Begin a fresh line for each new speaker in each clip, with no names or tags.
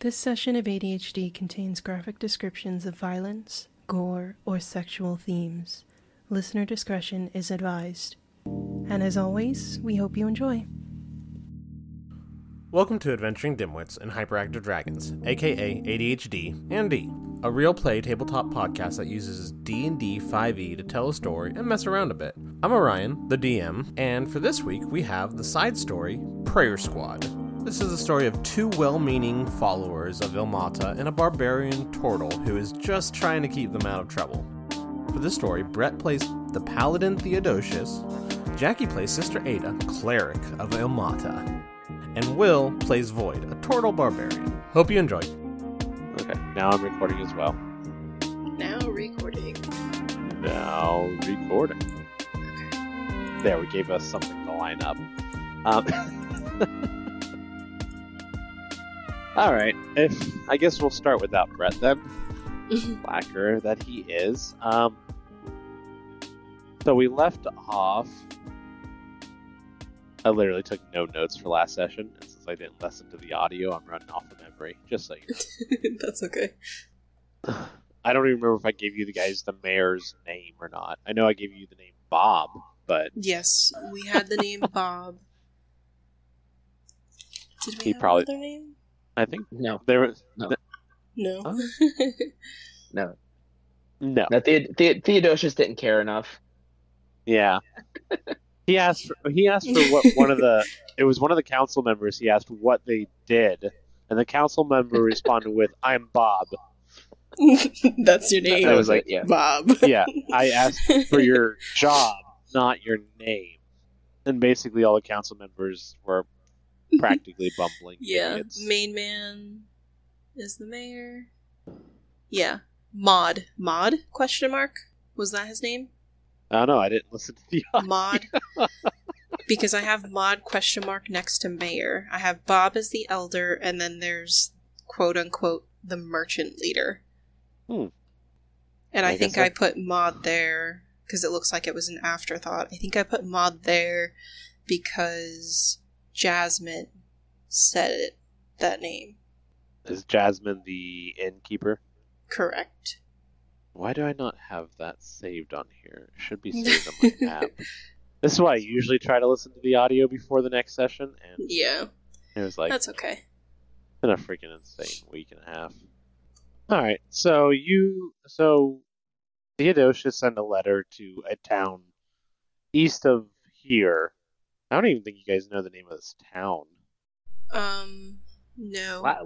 This session of ADHD contains graphic descriptions of violence, gore, or sexual themes. Listener discretion is advised. And as always, we hope you enjoy.
Welcome to Adventuring Dimwits and Hyperactive Dragons, aka ADHD and D, a real play tabletop podcast that uses D&D 5e E to tell a story and mess around a bit. I'm Orion, the DM, and for this week we have the side story Prayer Squad. This is the story of two well-meaning followers of Ilmata and a barbarian turtle who is just trying to keep them out of trouble. For this story, Brett plays the paladin Theodosius, Jackie plays Sister Ada, cleric of Ilmata, and Will plays Void, a turtle barbarian. Hope you enjoy.
Okay, now I'm recording as well.
Now recording.
Now recording. There, we gave us something to line up. Um, all right, if I guess we'll start without Brett then, blacker that he is. Um, so we left off. I literally took no notes for last session, and since I didn't listen to the audio, I'm running off of memory. Just so you
That's okay.
I don't even remember if I gave you the guys the mayor's name or not. I know I gave you the name Bob, but
Yes, we had the name Bob. Did we
He
have
probably-
another name?
I think
No,
there was
No.
Huh?
no,
no.
no. The- the- Theodosius didn't care enough.
Yeah. He asked for, he asked for what one of the it was one of the council members he asked what they did and the council member responded with I'm Bob.
That's your
I
name,
was like, yeah,
Bob.
Yeah, I asked for your job, not your name. And basically all the council members were practically bumbling.
yeah.
idiots.
Main man is the mayor. Yeah. Mod. Mod? Question mark? Was that his name?
I don't know, I didn't listen to the
Mod. because I have Mod question mark next to mayor. I have Bob as the elder, and then there's quote unquote the merchant leader.
Hmm.
And
I
I,
guess
think
I-
I put Mod there because it looks like it was an afterthought. I think I put Mod there because Jasmine said it, that name.
Is Jasmine the innkeeper?
Correct.
Why do I not have that saved on here? It should be saved on my app. This is why I usually try to listen to the audio before the next session, and
Yeah,
it was like
that's okay.
it's been a freaking insane week and a half. All right, so you so Theodosius sent a letter to a town east of here. I don't even think you guys know the name of this town.
Um, no.
I,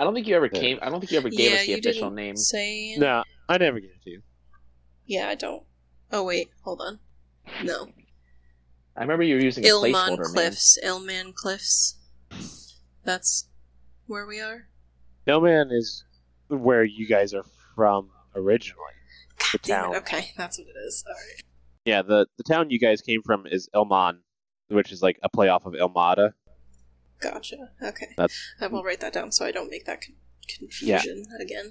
I don't think you ever
Yeah.
came. I don't think you ever gave us the official name.
say.
No, I never get it to you.
Yeah, I don't. Oh wait, hold on. No,
I remember you were using a
Ilman
placeholder name.
Cliffs. Ilman Cliffs. That's where we are.
Millman is where you guys are from originally. The
Damn
town.
it, Okay, that's what it is. All right.
Yeah, the the town you guys came from is Ilman, which is like a play off of Ilmada.
Gotcha. Okay.
That's-
I will write that down so I don't make that con- confusion again.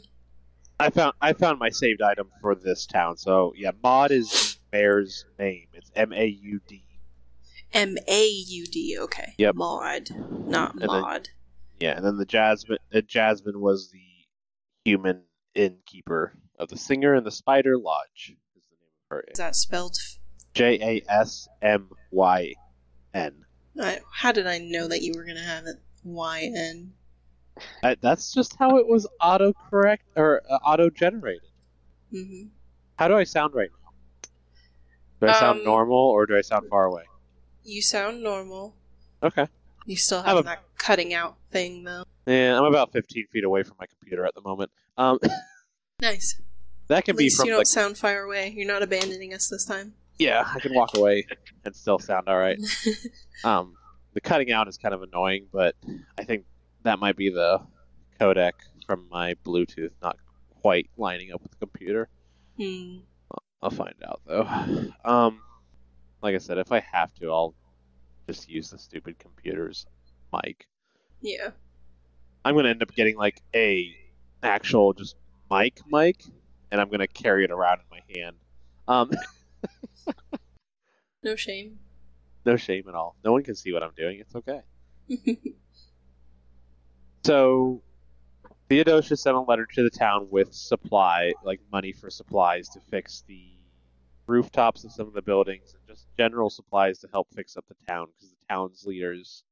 I found I found my saved item for this town. So yeah, Maud is the mayor's name. It's M A U D.
M A U D. Okay.
Yep.
Mod, not
And then-
mod.
Yeah, and then the Jasmine uh, Jasmine was the human innkeeper of the Singer and the Spider Lodge. Is the name of her
Is that spelled? f-
J A S M Y N.
I, how did I know that you were gonna have it? Y N.
Uh, That's just how it was auto correct or uh, auto generated.
Mm-hmm.
How do I sound right now? Do I sound
Um,
normal or do I sound far away?
You sound normal.
Okay.
You still
I'm
have
a-
that cutting out thing though.
Yeah, I'm about 15 feet away from my computer at the moment. Um,
Nice.
that can
At
be
least
from
you
the
don't sound far away. You're not abandoning us this time.
yeah. I can walk away and still sound all right. Um, the cutting out is kind of annoying, but I think that might be the codec from my Bluetooth not quite lining up with the computer.
hmm.
I'll find out though. Um, like I said, if I have to, I'll just use the stupid computer's mic.
Yeah.
I'm gonna end up getting like a actual just mic mic, and I'm gonna carry it around in my hand. Um,
No shame.
no shame at all. No one can see what I'm doing. It's okay. So Theodosius sent a letter to the town with supply, like money for supplies to fix the rooftops of some of the buildings and just general supplies to help fix up the town because the town's leaders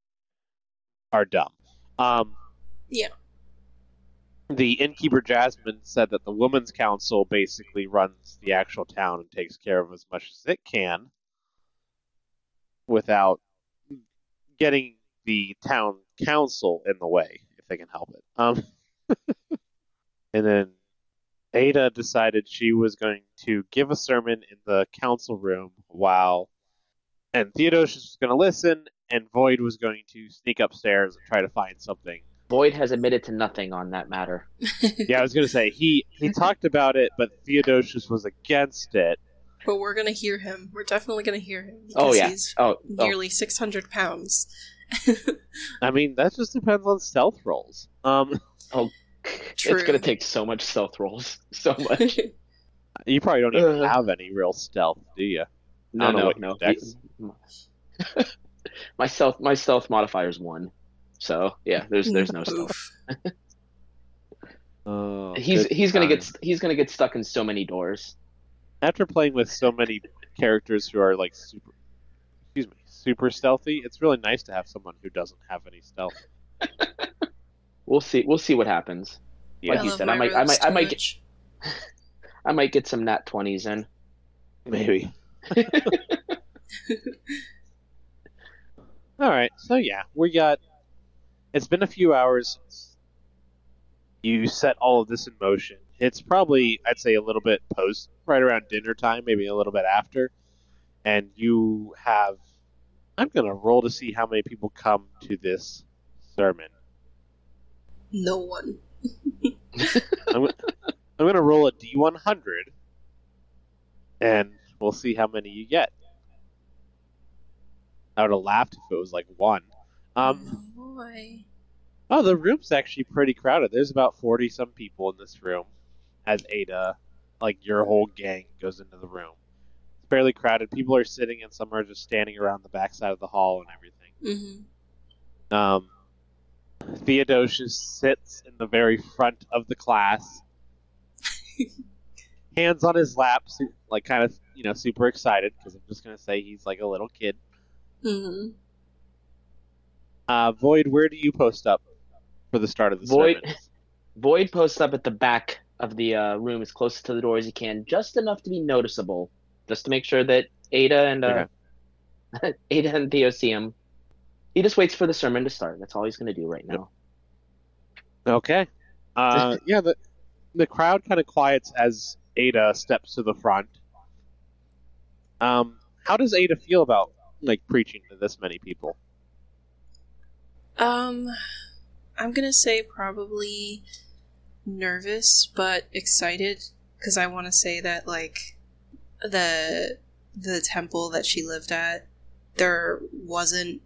are dumb. Um,
Yeah.
The innkeeper Jasmine said that the women's council basically runs the actual town and takes care of as much as it can without getting the town council in the way if they can help it. Um, and then Ada decided she was going to give a sermon in the council room while, and Theodosius was going to listen, and Void was going to sneak upstairs and try to find something.
Void has admitted to nothing on that matter.
Yeah, I was going to say he he talked about it, but Theodosius was against it.
But we're gonna hear him. We're definitely gonna hear him because
Oh, yeah.
he's
Oh, oh.
nearly six hundred pounds.
I mean, that just depends on stealth rolls. Um,
True.
it's gonna take so much stealth rolls, so much.
you probably don't even
Ugh.
have any real stealth, do you?
Uh. No,
I don't know
no,
what
no.
your dex-
my stealth, my stealth modifier is one. So yeah, there's there's no stealth.
Oof.
Oh,
He's
good
he's gonna
times.
get st- he's gonna get stuck in so many doors.
after playing with so many characters who are like super excuse me super stealthy it's really nice to have someone who doesn't have any stealth
We'll see we'll see what happens.
Yeah.
Like
I
you
love
said,
my
I might I
roads
might I
too
might get
much.
I might get some nat twenties in.
maybe all right so yeah we got it's been a few hours since you set all of this in motion it's probably i'd say a little bit post right around dinner time maybe a little bit after and you have i'm gonna roll to see how many people come to this sermon
No one.
I'm gonna roll a D100, and we'll see how many you get. I would have laughed if it was like one. Um,
oh boy.
oh, the room's actually pretty crowded. There's about forty some people in this room. As Ada, like your whole gang, goes into the room. It's fairly crowded. People are sitting, and some are just standing around the backside of the hall and everything.
hmm
Um, Theodosius sits in the very front of the class, hands on his lap, su- like kind of you know super excited because I'm just gonna say he's like a little kid.
hmm
Uh, Void, where do you post up for the start of the
Void-
sermon?
Void posts up at the back of the uh, room as close to the door as he can, just enough to be noticeable, just to make sure that Ada and uh, Ada and Theo see him. He just waits for the sermon to start. That's all he's gonna do right now.
Okay. Uh, yeah, the the crowd kind of quiets as Ada steps to the front. Um, how does Ada feel about like preaching to this many people?
Um, I'm gonna say probably nervous but excited because I want to say that like the the temple that she lived at there wasn't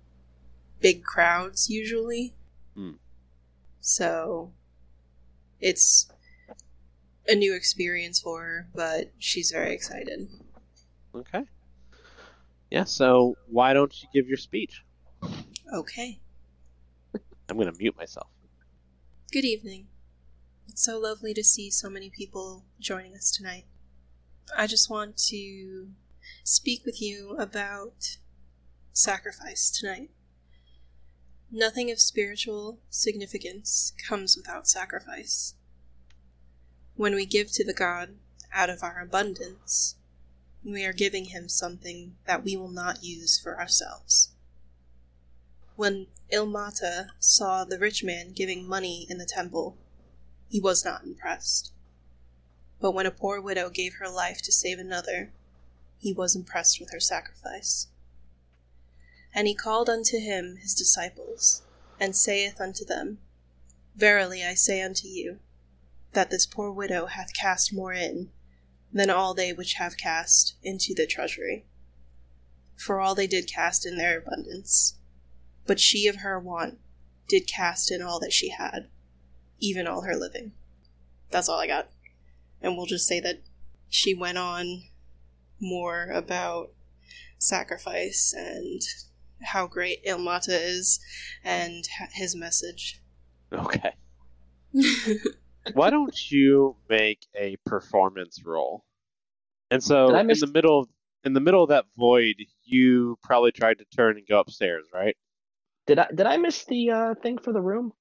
big crowds usually,
Hmm.
so it's a new experience for her. But she's very excited.
Okay. Yeah, so why don't you give your speech?
Okay.
I'm going to mute myself.
Good evening. It's so lovely to see so many people joining us tonight. I just want to speak with you about sacrifice tonight. Nothing of spiritual significance comes without sacrifice. When we give to the God out of our abundance, we are giving him something that we will not use for ourselves. When Ilmata saw the rich man giving money in the temple, he was not impressed. But when a poor widow gave her life to save another, he was impressed with her sacrifice. And he called unto him his disciples, and saith unto them, Verily I say unto you, that this poor widow hath cast more in than all they which have cast into the treasury. For all they did cast in their abundance, but she of her want did cast in all that she had, even all her living. That's all I got. And we'll just say that she went on more about sacrifice and how great Ilmata is and h- his message.
Okay. Why don't you make a performance roll? And so
Did I
in
miss-
the middle in the middle of that void, you probably tried to turn and go upstairs, right?
Did I did I miss the uh, thing for the room?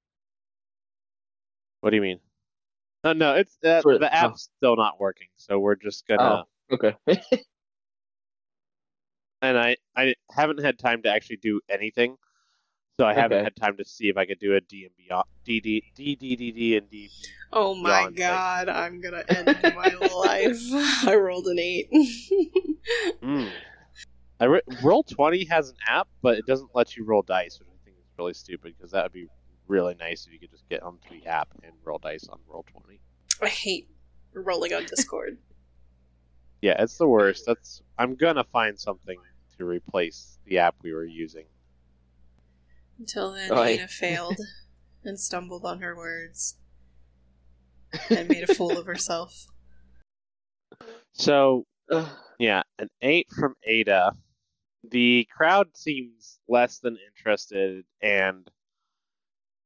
What do you mean? No, no, it's uh,
For- oh.
the app's still not working, so we're just gonna.
Okay.
And I, I haven't had time to actually do anything, so I haven't
Okay.
had time to see if I could do a D and beyond, D D D D D D and D.
Oh my
Yawn, thank-
god, I'm gonna end my life. I rolled an eight.
Mm. I re- roll twenty has an app, but it doesn't let you roll dice, which I think is really stupid because that would be really nice if you could just get onto the app and roll dice on roll twenty.
I hate rolling on Discord.
Yeah, it's the worst. That's I'm gonna find something to replace the app we were using.
Until then,
Oi.
Ada failed and stumbled on her words and made a fool of herself.
So
Ugh.
Yeah, an eight from Ada. The crowd seems less than interested, and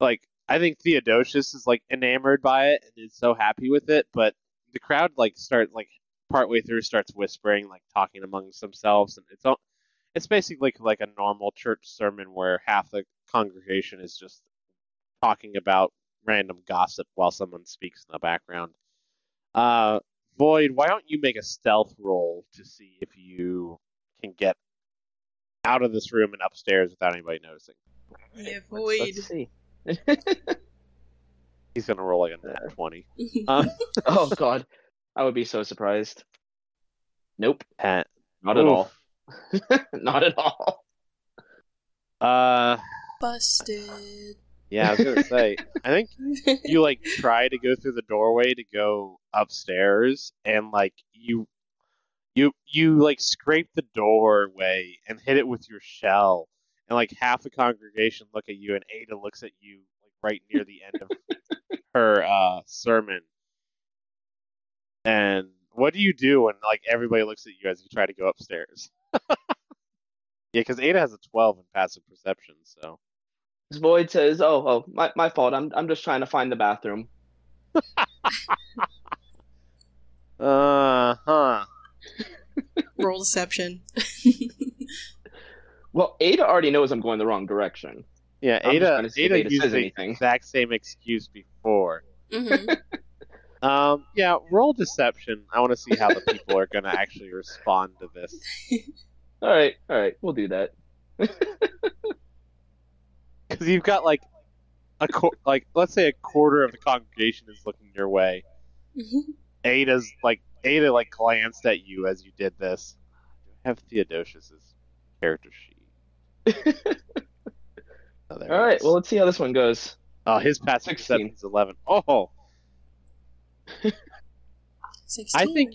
like I think Theodosius is like enamored by it and is so happy with it, but the crowd like starts like partway through starts whispering, like talking amongst themselves, and it's all it's basically like a normal church sermon where half the congregation is just talking about random gossip while someone speaks in the background. Uh, Void, why don't you make a stealth roll to see if you can get out of this room and upstairs without anybody noticing?
Yeah,
Let's-
void.
Let's see.
He's gonna roll like a nat twenty.
oh God, I would be so surprised. Nope,
Pat,
not at all. not at all.
Uh,
Busted.
yeah, I was gonna say. I think you like try to go through the doorway to go upstairs, and like you, you, you like scrape the doorway and hit it with your shell, and like half the congregation look at you, and Ada looks at you like right near the end of her uh, sermon. And what do you do when like everybody looks at you as you try to go upstairs? yeah, because Ada has a twelve in passive perception, so
Void says, "Oh, oh, my, my fault. I'm I'm just trying to find the bathroom."
uh huh.
Roll deception.
Well, Ada already knows I'm going the wrong direction.
Yeah,
I'm just
Ada.
trying to see if
Ada,
Ada
used
says
the
anything.
exact same excuse before. Mm-hmm.
hmm
Um, yeah, roll deception. I want to see how the people are going to actually respond to this.
All right, all right, we'll do that.
Because you've got like a qu- like let's say a quarter of the congregation is looking your way. Ada's like Ada like glanced at you as you did this. I have Theodosius's character sheet. Oh, there
All
it
right,
is.
well, let's see how this one goes.
oh, his passive
16.
perception is eleven. Oh,
16.
I think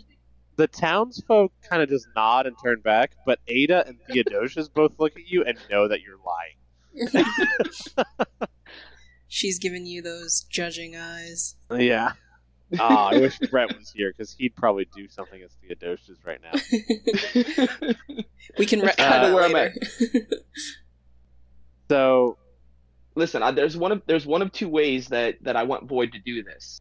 the townsfolk kind of just nod and turn back, but Ada and Theodosius both look at you and know that you're lying.
She's giving you those judging eyes.
Yeah. Ah, I wish Brett was here because he'd probably do something as Theodosius right now.
we
Uh,
can retcon
kinda
that
where I'm
later.
So
Listen, I, there's one of there's one of two ways that that I want Void to do this.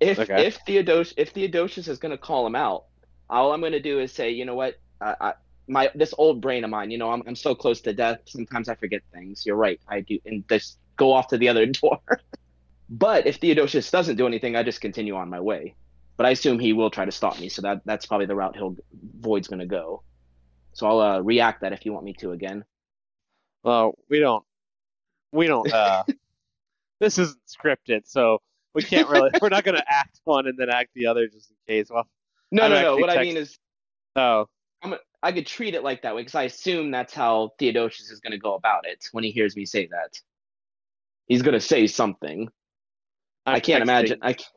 If
Okay.
if Theodos if Theodosius is going to call him out, all I'm going to do is say, you know what, I, I, my this old brain of mine, you know, I'm I'm so close to death. Sometimes I forget things. You're right, I do, and just go off to the other door. but if Theodosius doesn't do anything, I just continue on my way. But I assume he will try to stop me, so that that's probably the route he'll Void's going to go. So I'll uh, react that if you want me to again.
Well, we don't, we don't. uh This isn't scripted, so we can't really. We're not going to act one and then act the other just in case. Well,
No,
I'm
no, no.
actually
What I
text-
mean is.
oh,
I could treat it like that way because I assume that's how Theodosius is going to go about it when he hears me say that. He's going to say something.
I'm
I'm I can
texting.
not imagine. I can't-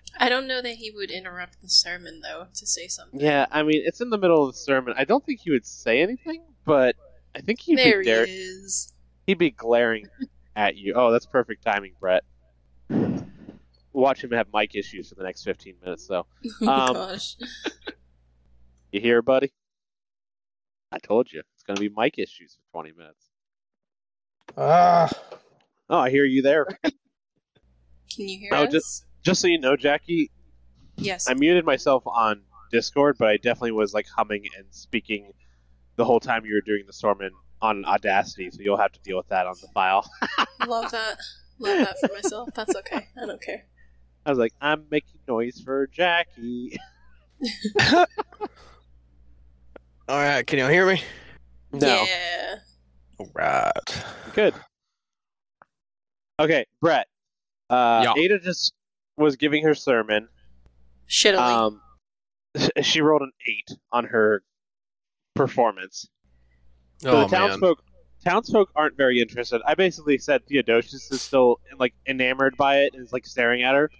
I don't know that he would interrupt the sermon, though, to say something.
Yeah, I mean, it's in the middle of the sermon. I don't think he would say anything, but I think he'd
there
be
he
there.
is.
He'd be glaring at you. Oh, that's perfect timing, Brett. Watch him have mic issues for the next 15 minutes, though.
Oh,
Um,
gosh.
You hear, buddy? I told you. It's going to be mic issues for 20 minutes.
Ah,
Oh, I hear you there.
Can you hear
Oh,
us?
just- Just so you know, Jackie,
yes.
I muted myself on Discord, but I definitely was like humming and speaking the whole time you were doing the storm in, on Audacity, so you'll have to deal with that on the file.
Love that. Love that for myself. That's okay. I don't care.
I was like, I'm making noise for Jackie.
All right, can y'all hear me?
Yeah.
All right.
Good. Okay, Brett. Uh,
Yeah.
Ada just was giving her sermon.
Shittily.
Um, she rolled an eight on her performance. So
oh
the townsfolk, townsfolk aren't very interested. I basically said Theodosius is still like enamored by it and is like staring at her.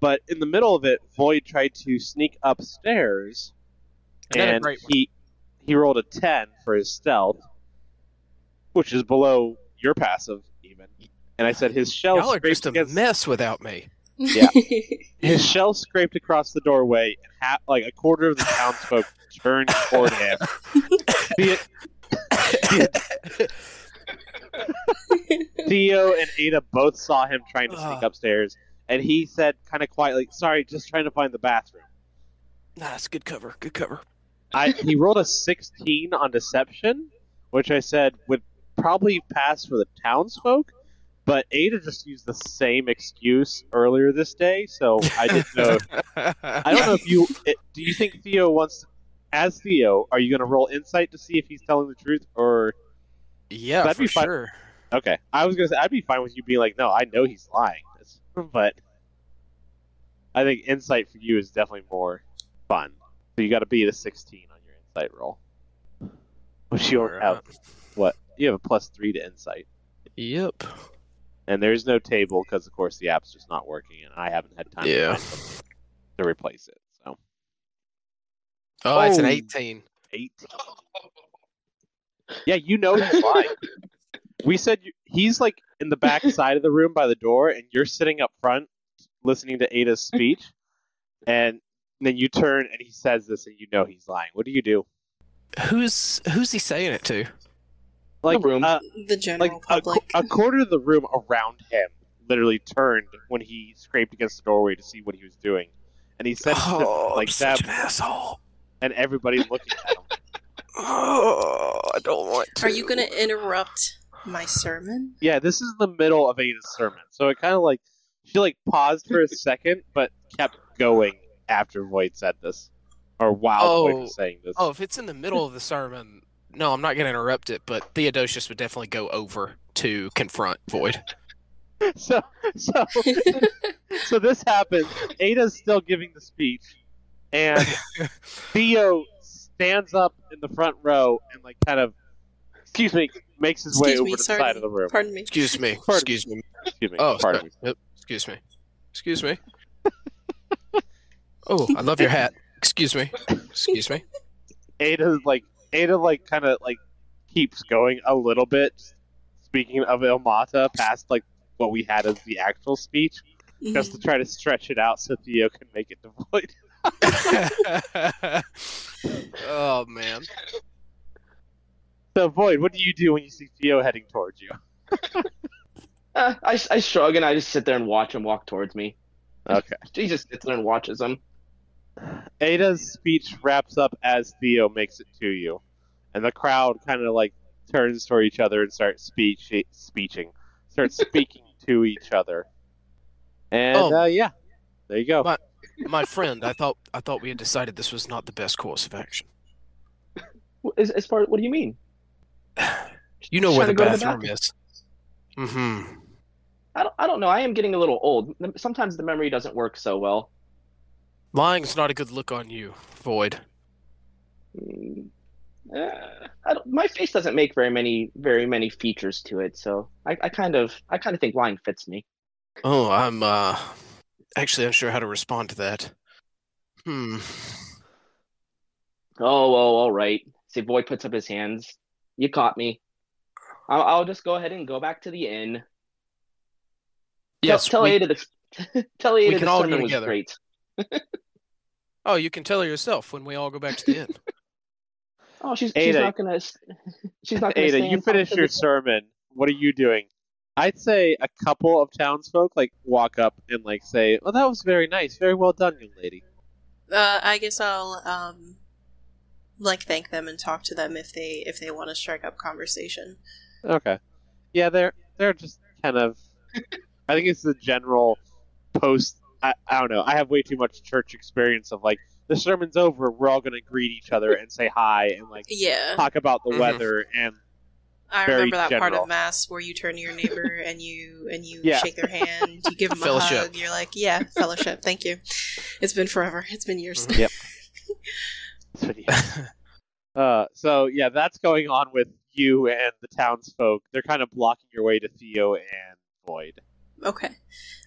But in the middle of it, Void tried to sneak upstairs,
I got a
and
great one.
he he rolled a ten for his stealth, which is below your passive even. And I said his
man,
shell
y'all are
scraped
just a
against-
mess without me.
yeah. his shell scraped across the doorway, and ha- like a quarter of the townsfolk turned toward him. The- Theo and Ada both saw him trying to sneak
Ah.
upstairs, and he said kind of quietly, "Sorry, just trying to find the bathroom."
Nice, good cover, good cover.
I he rolled a 16 on deception, which I said would probably pass for the townsfolk, but Ada just used the same excuse earlier this day, so I didn't know. I don't know if you it, do you think Theo wants to, as Theo, are you going to roll insight to see if he's telling the truth or
yeah,
That'd
for
be fun.
sure.
Okay, I was gonna say I'd be fine with you being like, no, I know he's lying, It's- but I think insight for you is definitely more fun. So you got to beat a sixteen on your insight roll, which you don't
Alright.
have. What you have a plus three to insight,
Yep.
and there's no table because of course the app's just not working, and I haven't had time to,
Yeah.
find something to replace it. So
Oh, it's an
Oh.
18.
eighteen. Yeah, you know he's lying. we said you, he's like in the back side of the room by the door, and you're sitting up front listening to Ada's speech, and then you turn and he says this, and you know he's lying. What do you do?
Who's who's he saying it to?
Like
room.
uh,
the general
like a, qu-
public.
a quarter of the room around him literally turned when he scraped against the doorway to see what he was doing, and he said something
oh, I'm
like
such
that,
an asshole.
and everybody looking at him.
Oh, I don't want to.
Are you going to interrupt my sermon?
Yeah, this is the middle of Ada's sermon, so it kind of like she like paused for a second, but kept going after Void said this, or while Void
Oh.
was saying this.
Oh, if it's in the middle of the sermon, no, I'm not going to interrupt it. But Theodosius would definitely go over to confront Void.
So, so, so this happens. Ada's still giving the speech, and Theo stands up in the front row and like kind of, excuse me, makes his way
Excuse
over
me,
to the
sorry.
side of the room.
Pardon me.
Excuse me.
Pardon.
Excuse me.
Excuse me.
Oh,
pardon
sorry. Yep. Excuse me. Excuse me. Oh, I love your hat. Excuse me. Excuse me.
me. Ada like Ada like kind of like keeps going a little bit. Speaking of Ilmata, past like what we had as the actual speech, just to try to stretch it out so Theo can make it to Void.
oh man.
So Void, what do you do when you see Theo heading towards you?
Uh, I, I shrug and I just sit there and watch him walk towards me.
Okay.
She just sits there and watches him.
Ada's speech wraps up as Theo makes it to you, and the crowd kind of like turns toward each other and starts speech speeching, starts speaking to each other. And
Oh.
uh, yeah, there you go.
My- My friend, I thought I thought we had decided this was not the best course of action.
Wh- As, as far what do you mean?
You know
Just
where the
trying to go to the
bathroom is. Mm-hmm.
I don't, I don't know. I am getting a little old. M- Sometimes the memory doesn't work so well.
Lying's not a good look on you, Void.
Mm, eh, I don't, my face doesn't make very many very many features to it, so I, I kind of I kind of think lying fits me.
Oh, I'm uh actually unsure how to respond to that. Hmm.
Oh well, all right. See, boy puts up his hands. You caught me. I'll, I'll just go ahead and go back to the inn. Tell-
Yes,
tell,
we-
Ada the tell Ada
can
the
all go
sermon was
together.
great.
Oh, you can tell her yourself when we all go back to the inn.
Oh, she's she's
Ada.
not gonna. She's not gonna.
Ada,
stay
you
and talk
finish
to
your
the-
sermon. What are you doing? I'd say a couple of townsfolk like walk up and like say, "Well, that was very nice, very well done, young lady."
Uh, I guess I'll um, like thank them and talk to them if they if they want to strike up conversation.
Okay, yeah, they're they're just kind of. I think it's the general post. I, I don't know. I have way too much church experience of like the sermon's over, we're all gonna greet each other and say hi and like
Yeah,
talk about the
Mhm.
weather and
I
very
remember that part
general.
of mass where you turn to your neighbor and you and you
Yeah.
shake their hand, you give them a
Fellowship.
hug. You're like, yeah, fellowship. Thank you. It's been forever. It's been years.
Mhm. Uh, so yeah, that's going on with you and the townsfolk. They're kind of blocking your way to Theo and Void.
Okay,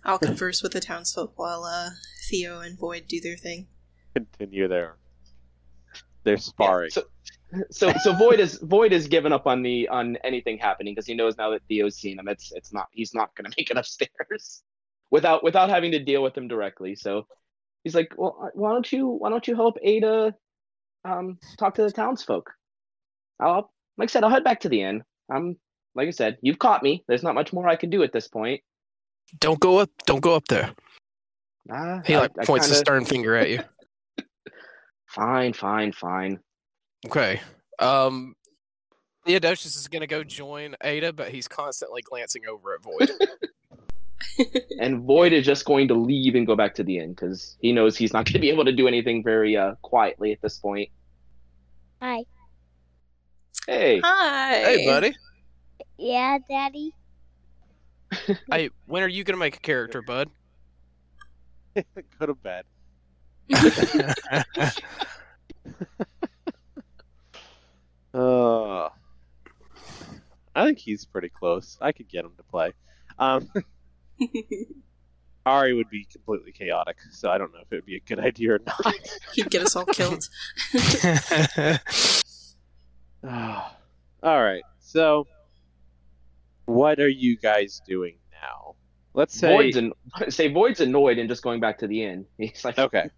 I'll converse with the townsfolk while uh, Theo and Void do their thing.
Continue their their sparring.
So, so so Void is Void is given up on the on anything happening because he knows now that Theo's seen him. It's it's not he's not gonna make it upstairs without without having to deal with him directly. So he's like, well, uh, why don't you why don't you help Ada um, talk to the townsfolk? I'll like I said, I'll head back to the inn. I'm like I said, you've caught me. There's not much more I can do at this point.
Don't go up. Don't go up there.
Ah,
He
I-
like
I
points his
kinda-
stern finger at you.
Fine, fine, fine.
Okay. Um, Theodosius is gonna go join Ada, but he's constantly glancing over at Void.
And Void is just going to leave and go back to the inn because he knows he's not going to be able to do anything very uh, quietly at this point.
Hi.
Hey,
Hi,
hey, buddy.
Yeah, Daddy.
Hey, when are you gonna make a character, bud?
Go to bed. Uh, I think he's pretty close. I could get him to play. Um, Ari would be completely chaotic, so I don't know if it would be a good idea or not.
He'd get us all killed.
Ah. All right. So, what are you guys doing now? Let's say.
Void's an- say Void's annoyed and just going back to the inn. He's like,
okay.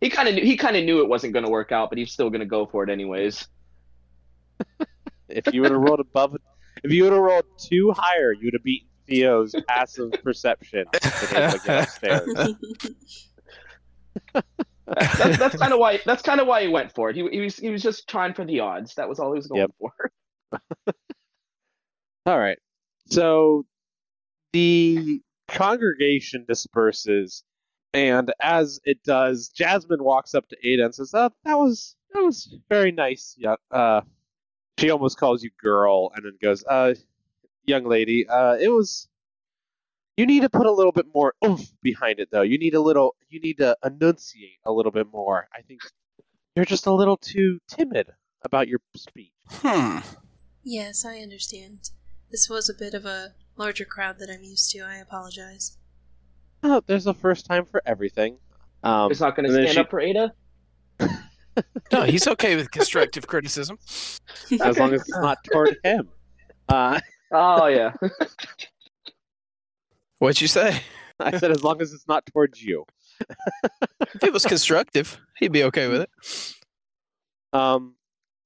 he kind of knew he kind of knew it wasn't going to work out, but he's still going to go for it anyways.
If you would have rolled above, if you would have rolled two higher, you would have beaten Theo's passive perception. to be able to get upstairs.
That's, that's kind of why that's kind of why he went for it. He, he was he was just trying for the odds. That was all he was going
Yep.
for.
All right. So the congregation disperses, and as it does, Jasmine walks up to Ada and says, "Oh, that was that was very nice." yo- Uh, she almost calls you girl, and then goes, "Uh, young lady, uh, it was." You need to put a little bit more oomph behind it, though. You need a little. You need to enunciate a little bit more. I think you're just a little too timid about your speech.
hmm.
yes, I understand. This was a bit of a larger crowd than I'm used to. I apologize.
Oh, there's a first time for everything. Um,
He's not going to
and then
stand
she-
up for Ada.
No, he's okay with constructive criticism.
as long as it's not toward him. Uh,
Oh yeah,
What'd you say?
I said, as long as it's not towards you.
If it was constructive, he'd be okay with it.
Um,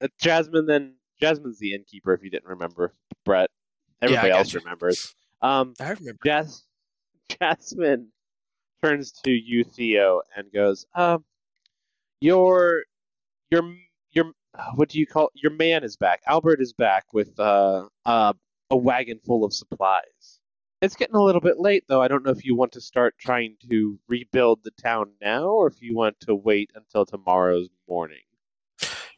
uh, Jasmine then Jasmine's the innkeeper. If you didn't remember, Brett,
Yeah, I
everybody
got
else
you.
remembers. Um,
I remember.
Jas- Jasmine turns to you, Theo, and goes, um, "Your, your, your, what do you call your man is back? Albert is back with uh, uh, a wagon full of supplies. It's getting a little bit late, though. I don't know if you want to start trying to rebuild the town now, or if you want to wait until tomorrow's morning.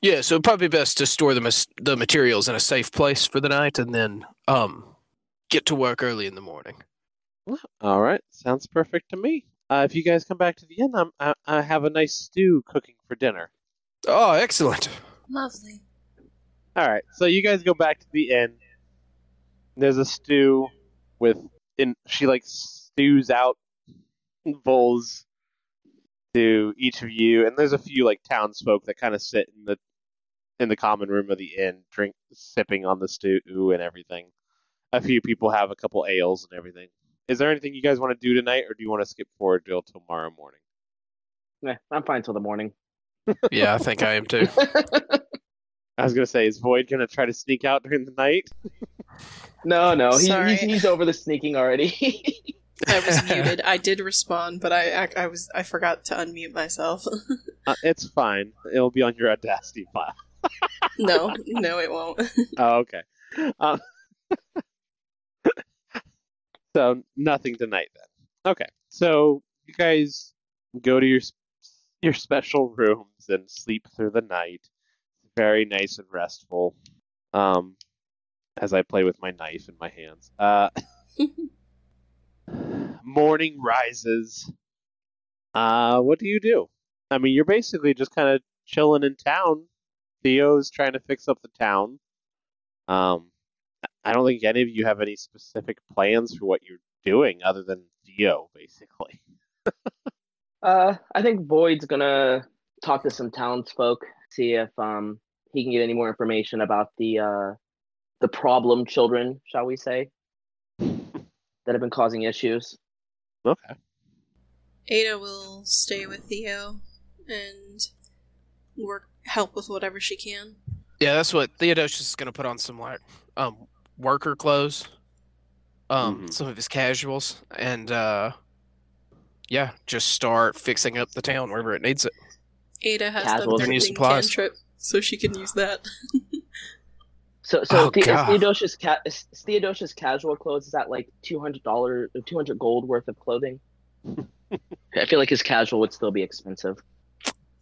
Yeah, so probably best to store the mas- the materials in a safe place for the night, and then um get to work early in the morning.
All right, sounds perfect to me. Uh, if you guys come back to the inn, I'm, I, I have a nice stew cooking for dinner."
Oh, excellent.
Lovely.
All right, so you guys go back to the inn. There's a stew with, and she like stews out bowls to each of you, and there's a few like townsfolk that kind of sit in the in the common room of the inn, drink, sipping on the stew and everything. A few people have a couple ales and everything. Is there anything you guys want to do tonight, or do you want to skip forward till tomorrow morning?
Nah, I'm fine till the morning.
Yeah, I think I am too.
I was gonna say, is Void gonna try to sneak out during the night?
No, no, he,
Sorry.
he's, he's over the sneaking already.
I was muted. I did respond, but I, I, I was I forgot to unmute myself.
Uh, it's fine. It'll be on your audacity file.
no, no, it won't.
Oh, okay. Um, so nothing tonight then. Okay. So you guys go to your s- your special rooms and sleep through the night. Very nice and restful. Um, as I play with my knife in my hands. Uh, morning rises. Uh, what do you do? I mean, you're basically just kind of chilling in town. Theo's trying to fix up the town. Um, I don't think any of you have any specific plans for what you're doing other than Dio, basically.
Uh, I think Boyd's gonna talk to some townsfolk, see if um he can get any more information about the uh the problem children, shall we say, that have been causing issues.
Okay.
Ada will stay with Theo and work help with whatever she can.
Yeah, that's what Theodosius is gonna put on some like um worker clothes, um
Mhm.
some of his casuals, and uh yeah, just start fixing up the town wherever it needs it.
Ada has
Casual
the
There
needs
thing
supplies.
cantrip, so she can use that.
So, so
Oh,
the, is
God.
Theodosius ca- is Theodosius casual clothes is that like two hundred dollar, two hundred gold worth of clothing? I feel like his casual would still be expensive.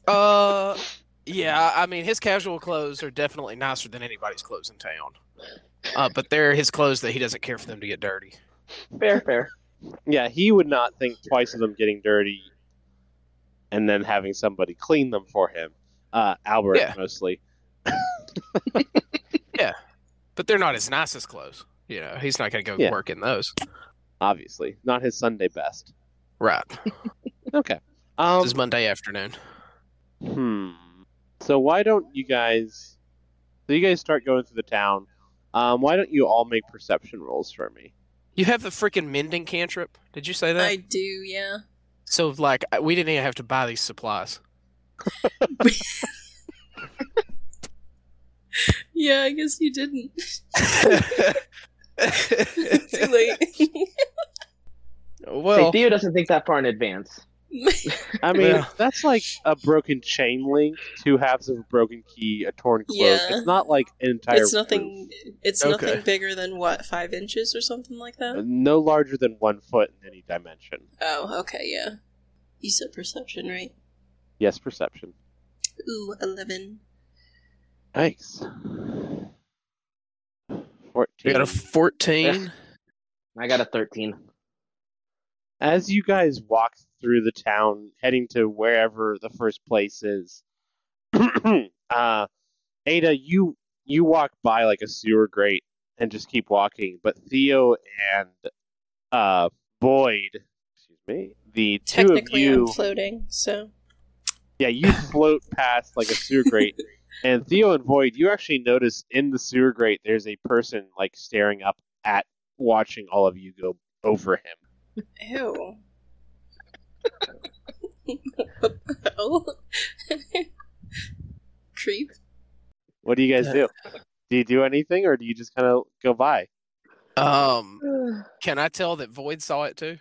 Uh, yeah. I mean, his casual clothes are definitely nicer than anybody's clothes in town. Uh, but they're his clothes that he doesn't care for them to get dirty.
Fair, fair.
Yeah, he would not think twice of them getting dirty and then having somebody clean them for him. Uh, Albert,
Yeah.
mostly.
But they're not his nicest clothes. You know, he's not gonna go
Yeah.
work in those.
Obviously. Not his Sunday best.
Right.
Okay. Um,
this is Monday afternoon.
Hmm. So why don't you guys? So you guys start going through the town. Um, why don't you all make perception rolls for me?
You have the freaking mending cantrip. Did you say that?
I do, yeah.
So like, I- we didn't even have to buy these supplies.
Yeah, I guess you didn't. Too
well,
late.
Like, Theo doesn't think that far in advance.
I mean,
Yeah.
that's like a broken chain link, two halves of a broken key, a torn cloak.
Yeah.
It's not like an entire.
it's nothing. It's
Okay.
nothing bigger than what five inches or something like
roof.
that.
Uh, No larger than one foot in any dimension.
Oh, okay, yeah. You said perception, right?
Yes, perception.
Ooh, eleven.
Nice. Fourteen.
we got a fourteen.
I got a thirteen.
as you guys walk through the town, heading to wherever the first place is, uh, Ada, you you walk by like a sewer grate and just keep walking, but Theo and uh, Boyd, excuse me, the two of
Technically,
you,
I'm floating, so
yeah, you float past like a sewer grate, and Theo and Boyd, you actually notice in the sewer grate there's a person like staring up at watching all of you go over him.
ew. what the hell? Oh. Creep.
What do you guys do? Do you do anything, or do you just kind of go by?
Um, can I tell that Void saw it too?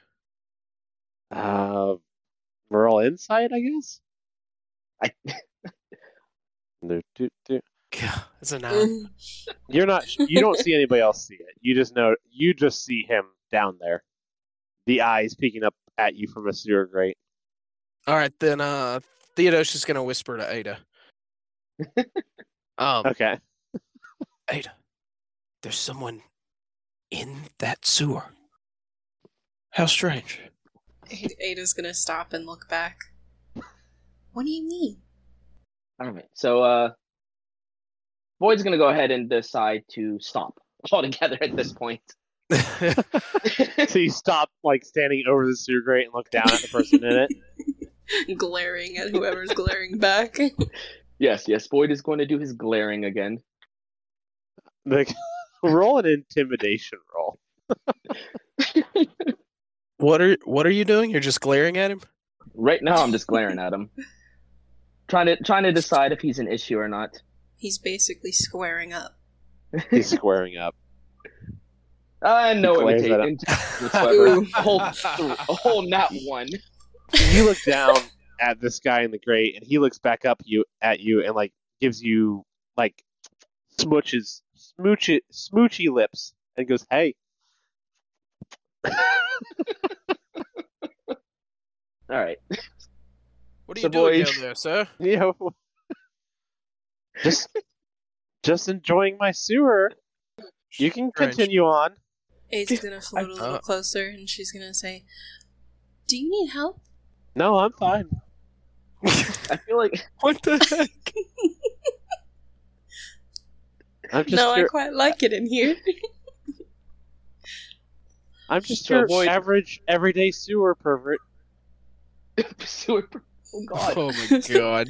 Uh, rural insight, I guess.
I-
Do, do, do.
God, it's a
Ah.
nine.
Ooh,
You're not. You don't see anybody else see it. You just know. You just see him down there, the eyes peeking up at you from a sewer grate.
All right, then uh Theodosius is gonna whisper to Ada. um
Okay.
Ada, there's someone in that sewer. How strange.
Ada's gonna stop and look back. What do you mean?
All right. So uh Boyd's gonna go ahead and decide to stop altogether at this point.
So you stop, like standing over the sewer grate, and look down at the person in it.
glaring at whoever's glaring back.
yes, yes, Boyd is going to do his glaring again.
Like, roll an intimidation roll.
what are what are you doing? You're just glaring at him?
Right now I'm just glaring at him. Trying to trying to decide if he's an issue or not.
He's basically squaring up.
He's squaring up.
Uh, no
Glares at
imitation whatsoever.
Ooh.
a, whole, th- a whole not one.
you look down at this guy in the gray, and he looks back up you at you and like gives you like smooches, smoochy, smoochy lips, and goes, "Hey."
All right.
What are
So,
you doing
boys-
down there, sir?
you know, just just enjoying my sewer. You can
Strange.
continue on.
A's gonna float a little
Uh.
closer and she's gonna say, Do you need help?
No, I'm fine.
I feel like
what the heck?
I'm just
no, I
your,
quite like it in here.
I'm just
So
your
avoid-
average everyday sewer pervert.
sewer. Oh God.
Oh my god.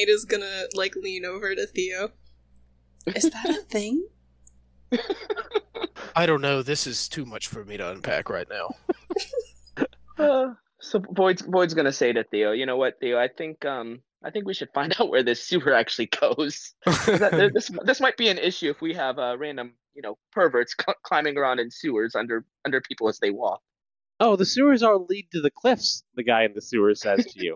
Ada's gonna like lean over to Theo. Is that a thing?
I don't know. This is too much for me to unpack right now.
Uh, so Boyd's Boyd's gonna say to Theo, you know what, Theo? I think um I think we should find out where this sewer actually goes. That- that- this this might be an issue if we have uh, random you know perverts cl- climbing around in sewers under under people as they walk.
Oh, the sewers all lead to the cliffs. The guy in the sewer says to you,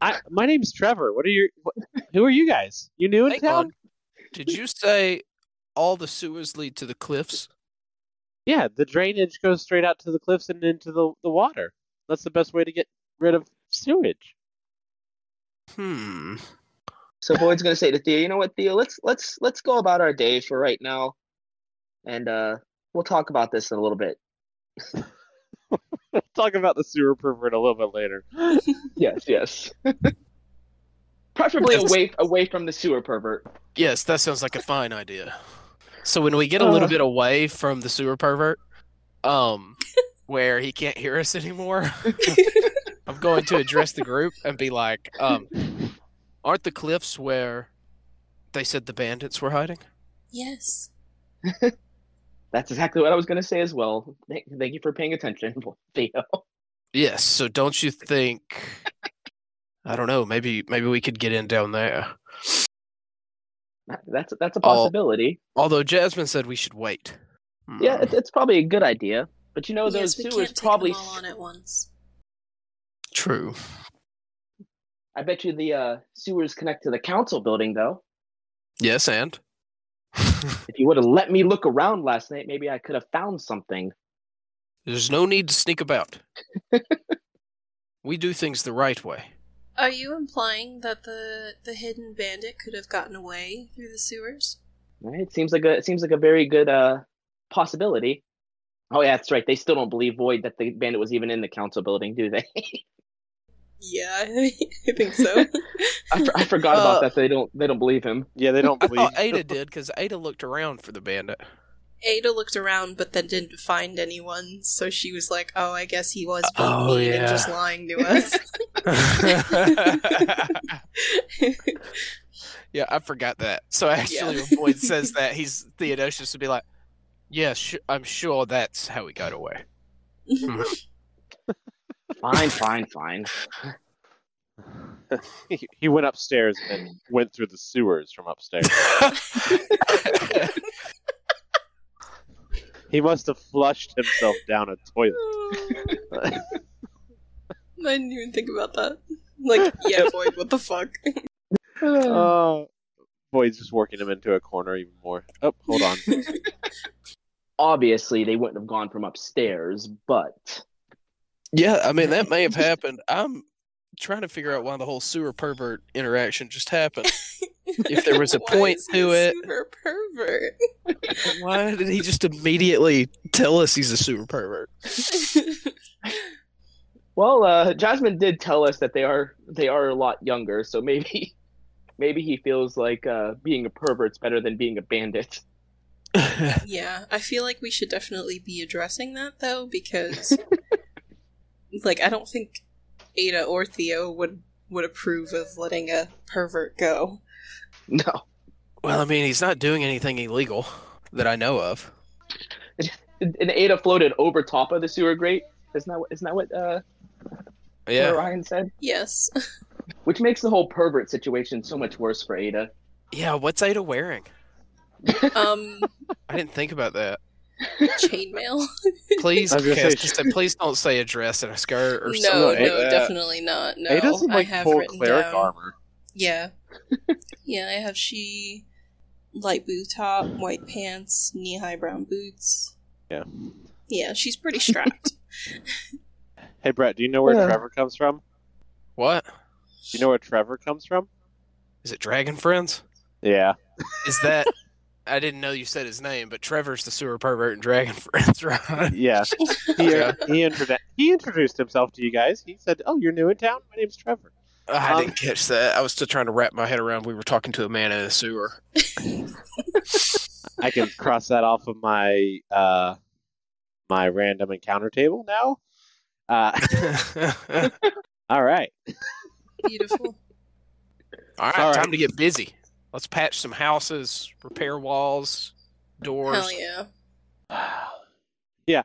I, "My name's Trevor. What are your? Wh- who are you guys? You new in
Hang
town?
on. Did you say all the sewers lead to the cliffs?
Yeah, the drainage goes straight out to the cliffs and into the the water. That's the best way to get rid of sewage.
Hmm.
So Boyd's gonna say to Theo, you know what, Theo? Let's let's let's go about our day for right now, and uh we'll talk about this in a little bit.
We'll talk about the sewer pervert a little bit later.
Yes, yes. Preferably
Yes.
away away from the sewer pervert.
Yes, that sounds like a fine idea. So when we get a little
Uh.
bit away from the sewer pervert, um, where he can't hear us anymore, I'm going to address the group and be like, um, aren't the cliffs where they said the bandits were hiding?
yes.
That's exactly what I was going to say as well. Thank, thank you for paying attention, Theo.
Yes. So don't you think? I don't know. Maybe maybe we could get in down there.
That's that's a
Oh.
possibility.
Although Jasmine said we should wait. Hmm.
Yeah, it's, it's probably a good idea. But you know,
yes,
Oh, those
we
sewers
can't take
probably.
them all on at once.
True.
I bet you the uh, sewers connect to the council building, though.
Yes, and
If you would have let me look around last night, maybe I could have found something.
there's no need to sneak about. we do things the right way.
Are you implying that the the hidden bandit could have gotten away through the sewers?
Right? It seems like a it seems like a very good uh, possibility. Oh yeah, that's right. They still don't believe Void that the bandit was even in the council building, do they?
Yeah, I think so.
I, for- I forgot about
Uh,
that. They don't they don't believe him.
Yeah, they don't
I
believe.
thought Ada did because Ada looked around for the bandit.
Ada looked around but then didn't find anyone, so she was like, "Oh, I guess he was being
Oh,
mean and
yeah.
just lying to us."
yeah, I forgot that. So actually,
Yeah.
when Boyd says that, he's Theodosius would be like, "Yeah, sh- I'm sure that's how he got away."
Fine, fine, fine.
he, he went upstairs and then went through the sewers from upstairs. he must have flushed himself down a toilet.
I didn't even think about that. Like, yeah, Void, what the fuck?
Oh, boy, he's just working him into a corner even more. Oh, hold on.
obviously they wouldn't have gone from upstairs, but
yeah, I mean that may have happened. I'm trying to figure out why the whole sewer pervert interaction just happened. If there was a
Why
point
is he
to
a
it-
Super pervert.
Why did he just immediately tell us he's a sewer pervert?
well, uh, Jasmine did tell us that they are they are a lot younger, so maybe maybe he feels like uh, being a pervert's better than being a bandit.
yeah, I feel like we should definitely be addressing that though, because like I don't think Ada or Theo would would approve of letting a pervert go.
No,
well, I mean he's not doing anything illegal that I know of.
and and Ada floated over top of the sewer grate. Isn't that what, isn't that what uh,
Yeah,
Ryan said?
Yes.
Which makes the whole pervert situation so much worse for Ada.
yeah. What's Ada wearing?
Um,
I didn't think about that.
chainmail?
Please,
I was gonna say-
Cass, just say, please don't say a dress and a skirt or something.
No,
like
no,
that.
definitely not. No,
It doesn't like
I have
full
written
cleric
down.
armor.
Yeah, yeah, I have she, light blue top, white pants, knee high brown boots.
Yeah.
yeah, she's pretty strapped.
Hey Brett, do you know where
Yeah.
Trevor comes from?
What
Do you know where Trevor comes from?
is it? Dragon friends?
Yeah.
Is that? I didn't know you said his name, but Trevor's the sewer pervert and Dragon friends, right?
Yeah. He, uh,
Yeah.
he, introdu- he introduced himself to you guys. He said, Oh, you're new in town? My name's Trevor.
I
Um,
didn't catch that. I was still trying to wrap my head around. We were talking to a man in a sewer.
I can cross that off of my uh, my random encounter table now. Uh,
All
all right.
Beautiful.
right,
All right.
time to get busy. Let's patch some houses, repair walls, doors.
Hell yeah.
Yeah.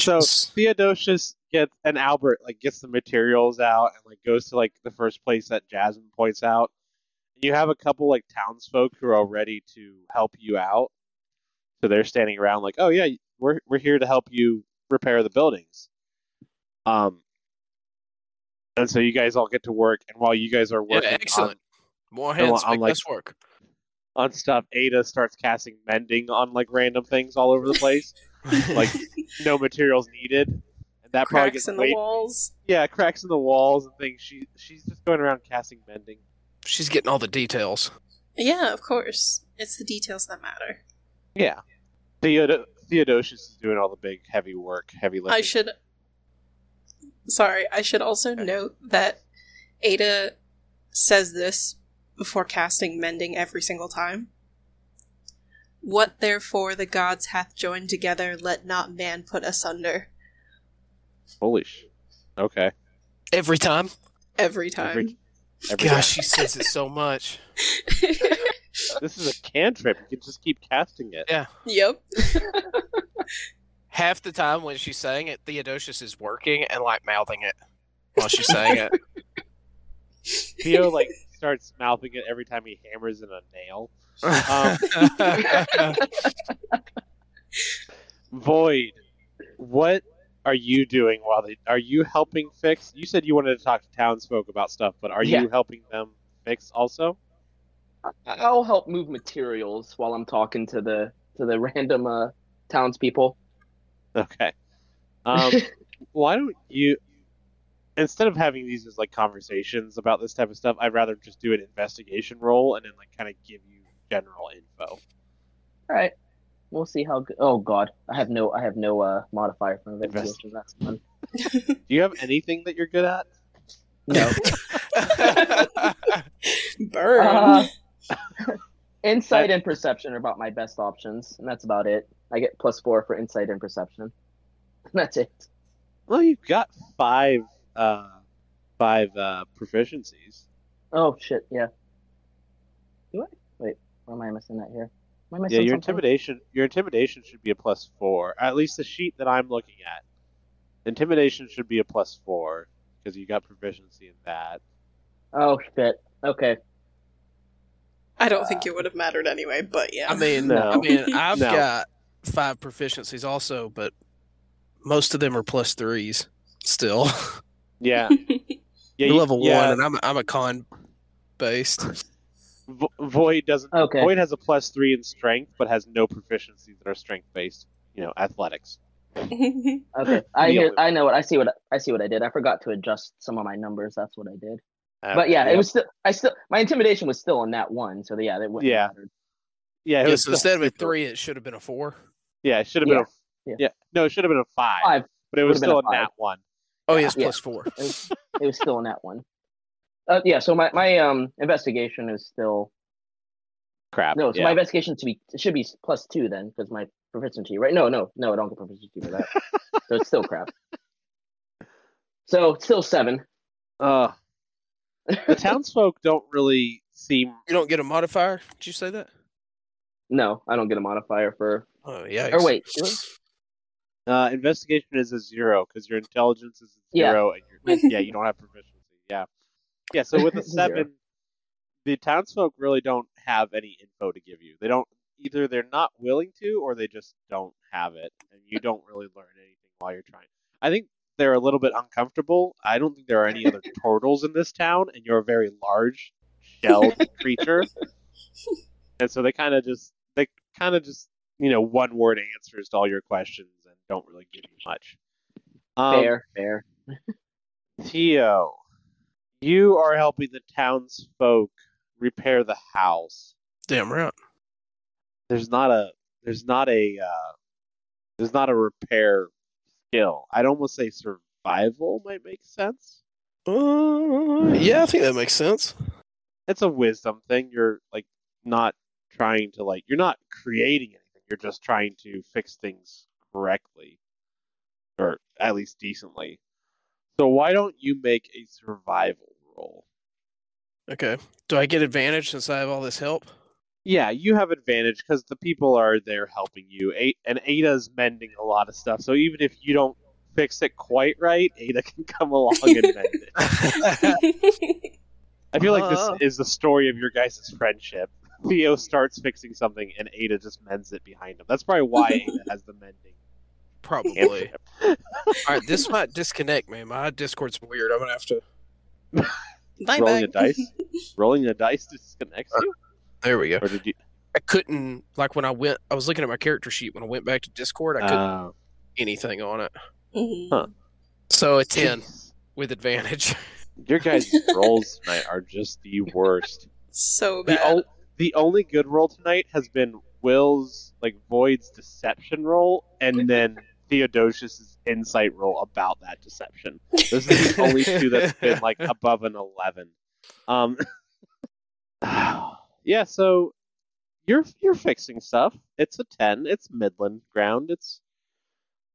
So
Just-
Theodosius gets and Albert like gets the materials out and like goes to like the first place that Jasmine points out. You have a couple like townsfolk who are ready to help you out. So they're standing around like, "Oh yeah, we're we're here to help you repair the buildings." Um and so you guys all get to work and while you guys are
Yeah,
working
excellent.
on,
More
I'm-
hands
I'm
make
like-
this work.
on stuff, Ada starts casting mending on like random things all over the place. like no materials needed. And that probably
Cracks
gets
in
way
the walls.
yeah, cracks in the walls and things. She she's just going around casting mending.
She's getting all the details.
Yeah, of course. It's the details that matter.
Yeah. Theod- Theodosius is doing all the big heavy work, heavy lifting.
I should. Sorry, I should also note that Ada says this before casting mending every single time. What therefore the gods hath joined together, let not man put asunder.
Holy sh. Okay.
Every time.
Every time.
Every, every
Gosh, she says it so much.
time. This is a cantrip. You can just keep casting it.
yep.
Half the time when she's saying it, Theodosius is working and like mouthing it while she's saying it.
Theo like starts mouthing it every time he hammers in a nail.
Um,
Void. What are you doing while they are you helping fix? You said you wanted to talk to townsfolk about stuff, but are
Yeah.
you helping them fix also?
I'll help move materials while I'm talking to the to the random uh, townspeople.
Okay. Um, why don't you, instead of having these as like conversations about this type of stuff, I'd rather just do an investigation roll and then like kind of give you general info.
All right, we'll see how. Go- oh God, I have no I have no uh, modifier for investigation. That's fun.
Do you have anything that you're good at?
No
Um,
Burn.
Uh, insight and perception are about my best options, and that's about it. I get plus four for insight and perception. That's it.
Well, you've got five, uh, five uh, proficiencies.
Oh shit, yeah. Do I? Wait, why am I missing that here? Am I missing
yeah, your
something?
intimidation, your intimidation should be a plus four. At least the sheet that I'm looking at, intimidation should be a plus four because you got proficiency in that.
Oh shit. Okay.
I don't think it would have mattered anyway, but yeah.
I mean,
No.
I mean, I've
No.
got five proficiencies also, but most of them are plus threes still.
Yeah, yeah,
You're
you-
level
yeah,
one, and I'm I'm a con based.
Vo- Void doesn't.
Okay.
Void has a plus three in strength, but has no proficiencies that are strength based. You know, athletics.
Okay. I
Deal
hear,
with
I know what I see what I see what I did. I forgot to adjust some of my numbers. That's what I did.
Uh,
But yeah,
yeah.
it was still I still my intimidation was still on that one, so yeah, that wouldn't
Yeah.
have mattered.
yeah, it
Yeah,
was
so
still-
instead of a three, it should have been a four.
yeah, it should have been
Yeah,
a yeah. No, it should have been a five,
Five.
but it was
Would've been a
still a
five.
nat one.
Oh, yeah, it's
Yeah.
plus four.
It was, it was still on that one. Uh, yeah, so my, my um investigation is still
Crap.
no, so
yeah.
my investigation to be it should be plus two then, because my proficiency, right? No, no, no, I don't get proficiency for that. so it's still crap. So it's still seven.
Ugh. the townsfolk don't really seem.
You don't get a modifier. Did you say that?
No, I don't get a modifier for
Oh, yeah.
or wait.
Uh, investigation is a zero because your intelligence is a
Yeah.
zero, and you're, yeah, you don't have proficiency. Yeah, yeah. So with a
Zero.
seven, the townsfolk really don't have any info to give you. They don't. either they're not willing to or they just don't have it, and you don't really learn anything while you're trying. I think they're a little bit uncomfortable. I don't think there are any other turtles in this town, and you're a very large shelled creature, and so they kind of just they kind of just you know one word answers to all your questions and don't really give you much. Um,
fair, fair.
Tio, you are helping the townsfolk repair the house.
Damn right.
There's not a there's not a uh, there's not a repair skill. I'd almost say survival might make sense.
Uh, yeah, I think that makes sense.
It's a wisdom thing. You're like not trying to like you're not creating anything. You're just trying to fix things correctly, or at least decently. So why don't you make a survival roll?
Okay. Do I get advantage since I have all this help?
Yeah, you have advantage because the people are there helping you. A- and Ada's mending a lot of stuff. So even if you don't fix it quite right, Ada can come along and mend it. I feel like
Uh.
Uh-huh.
this is the story of your guys' friendship. Theo starts fixing something and Ada just mends it behind him. That's probably why Ada has the mending.
Probably.
handship.
all right, this might disconnect me. My Discord's weird. I'm gonna have to.
bye
Rolling
bye.
a dice? Rolling the dice disconnects you?
There we go.
Or did you
I couldn't like when I went. I was looking at my character sheet when I went back to Discord. I couldn't
uh,
see anything on it.
Mhm.
Huh.
So a ten with advantage.
Your guys' rolls tonight are just the worst.
So bad.
The, o- the only good roll tonight has been Will's like Void's deception roll, and then Theodosius's insight roll about that deception. Those are the only two that's been like above an eleven. Um, yeah, so you're you're fixing stuff. It's a ten. It's Midland ground. It's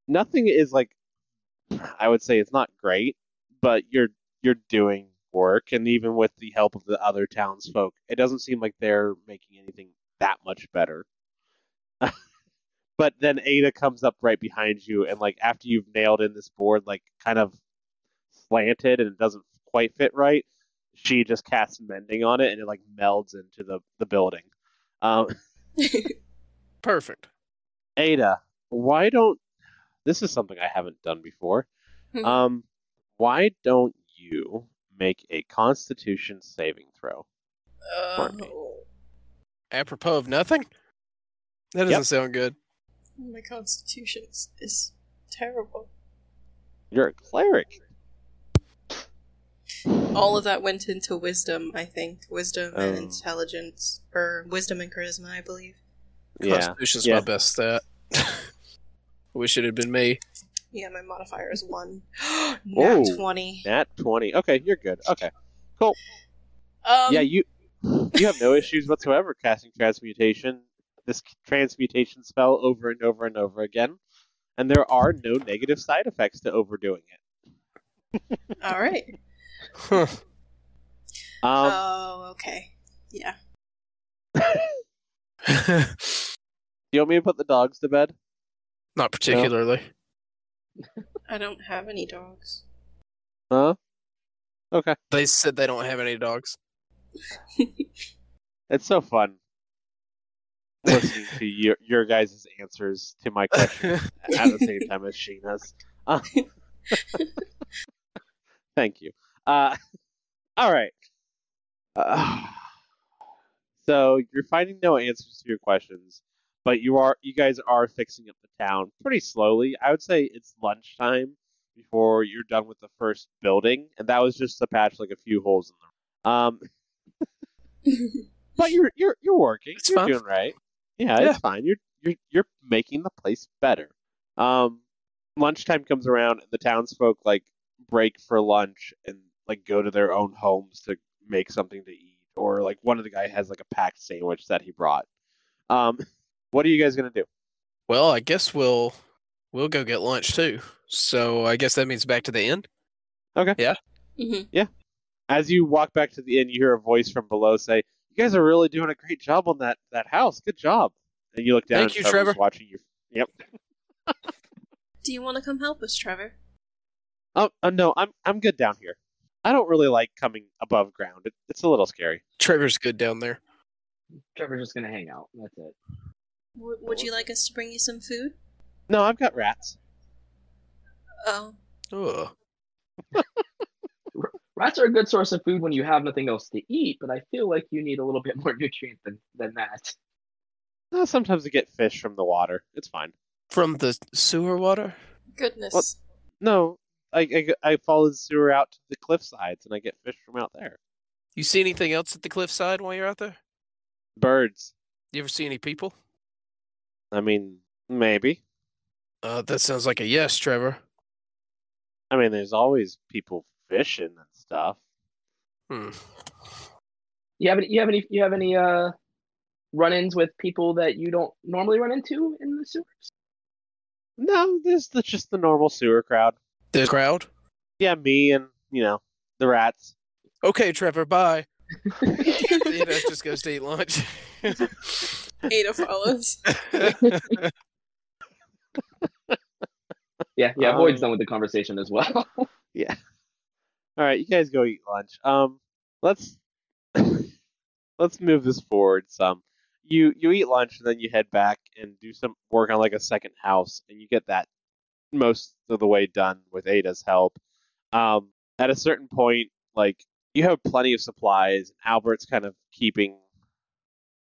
nothing is like I would say it's not great, but you're you're doing work, and even with the help of the other townsfolk, it doesn't seem like they're making anything that much better. but then Ada comes up right behind you, and like after you've nailed in this board, like kind of slanted and it doesn't quite fit right, she just casts mending on it, and it like melds into the the building. Um,
Perfect.
Ada, why don't this is something I haven't done before.
Hmm.
Um, why don't you make a Constitution saving throw? me.
Oh,
Apropos of nothing. That doesn't
Yep.
sound good.
my constitution is, is terrible.
You're a cleric.
All of that went into wisdom, I think. Wisdom and
Oh.
intelligence. Or wisdom and charisma, I believe.
Yeah,
Constitution's
Yeah.
my best stat. Wish it had been me.
Yeah, my modifier is 1. Nat
Whoa.
20.
nat twenty. Okay, you're good. Okay,
Um,
yeah, you you have no issues whatsoever casting transmutation. This transmutation spell over and over and over again, and there are no negative side effects to overdoing it.
Alright.
Huh.
Um,
oh, okay. Yeah.
do you want me to put the dogs to bed?
Not particularly.
I don't have any dogs.
Huh? Okay,
They said they don't have any dogs.
it's so fun listening to your your guys' answers to my questions at the same time as Sheena's. Uh, thank you. Uh, all right. Uh, so you're finding no answers to your questions, but you are you guys are fixing up the town pretty slowly. I would say it's lunchtime before you're done with the first building, and that was just to patch like a few holes in the. Um,
Mm-hmm.
but you're you're you're working.
It's
you're
fine.
doing right. Yeah,
Yeah.
it's fine. You're you're you're making the place better. Um, lunchtime comes around, and the townsfolk like break for lunch and like go to their own homes to make something to eat, or like one of the guy has like a packed sandwich that he brought. Um, what are you guys gonna do?
Well, I guess we'll we'll go get lunch too. So I guess that means back to the inn.
Mhm.
As you walk back to the inn, you hear a voice from below say, "You guys are really doing a great job on that that house. Good job." And you look down.
Thank
and
you,
Trevor's
Trevor.
Watching you. Yep.
Do you want to come help us, Trevor?
Oh, uh, no, I'm I'm good down here. I don't really like coming above ground. It, it's a little scary.
Trevor's good down there.
Trevor's just gonna hang out. That's it.
W- would you like us to bring you some food?
No, I've got rats.
Oh,
Ugh.
Rats are a good source of food when you have nothing else to eat, but I feel like you need a little bit more nutrient than, than that.
No, Uh, sometimes I get fish from the water. It's fine.
From the sewer water?
goodness.
What? No, I, I, I follow the sewer out to the cliff sides and I get fish from out there.
You see anything else at the cliffside while you're out there?
Birds.
You ever see any people?
I mean, maybe.
Uh, that sounds like a yes, Trevor.
I mean, there's always people fishing and stuff.
Hmm.
You have any? You have any? You have any? Uh, run-ins with people that you don't normally run into in the sewers.
No, there's the, just the normal sewer crowd.
The crowd?
Yeah, me and, you know, the rats.
Okay, Trevor, bye. you know, just goes to eat lunch.
Ada follows.
Yeah, yeah. Boyd's
Um,
done with the conversation as well.
All right, you guys go eat lunch. Um, let's let's move this forward some. You you eat lunch and then you head back and do some work on like a second house, and you get that most of the way done with Ada's help. Um, at a certain point, like you have plenty of supplies. and Albert's kind of keeping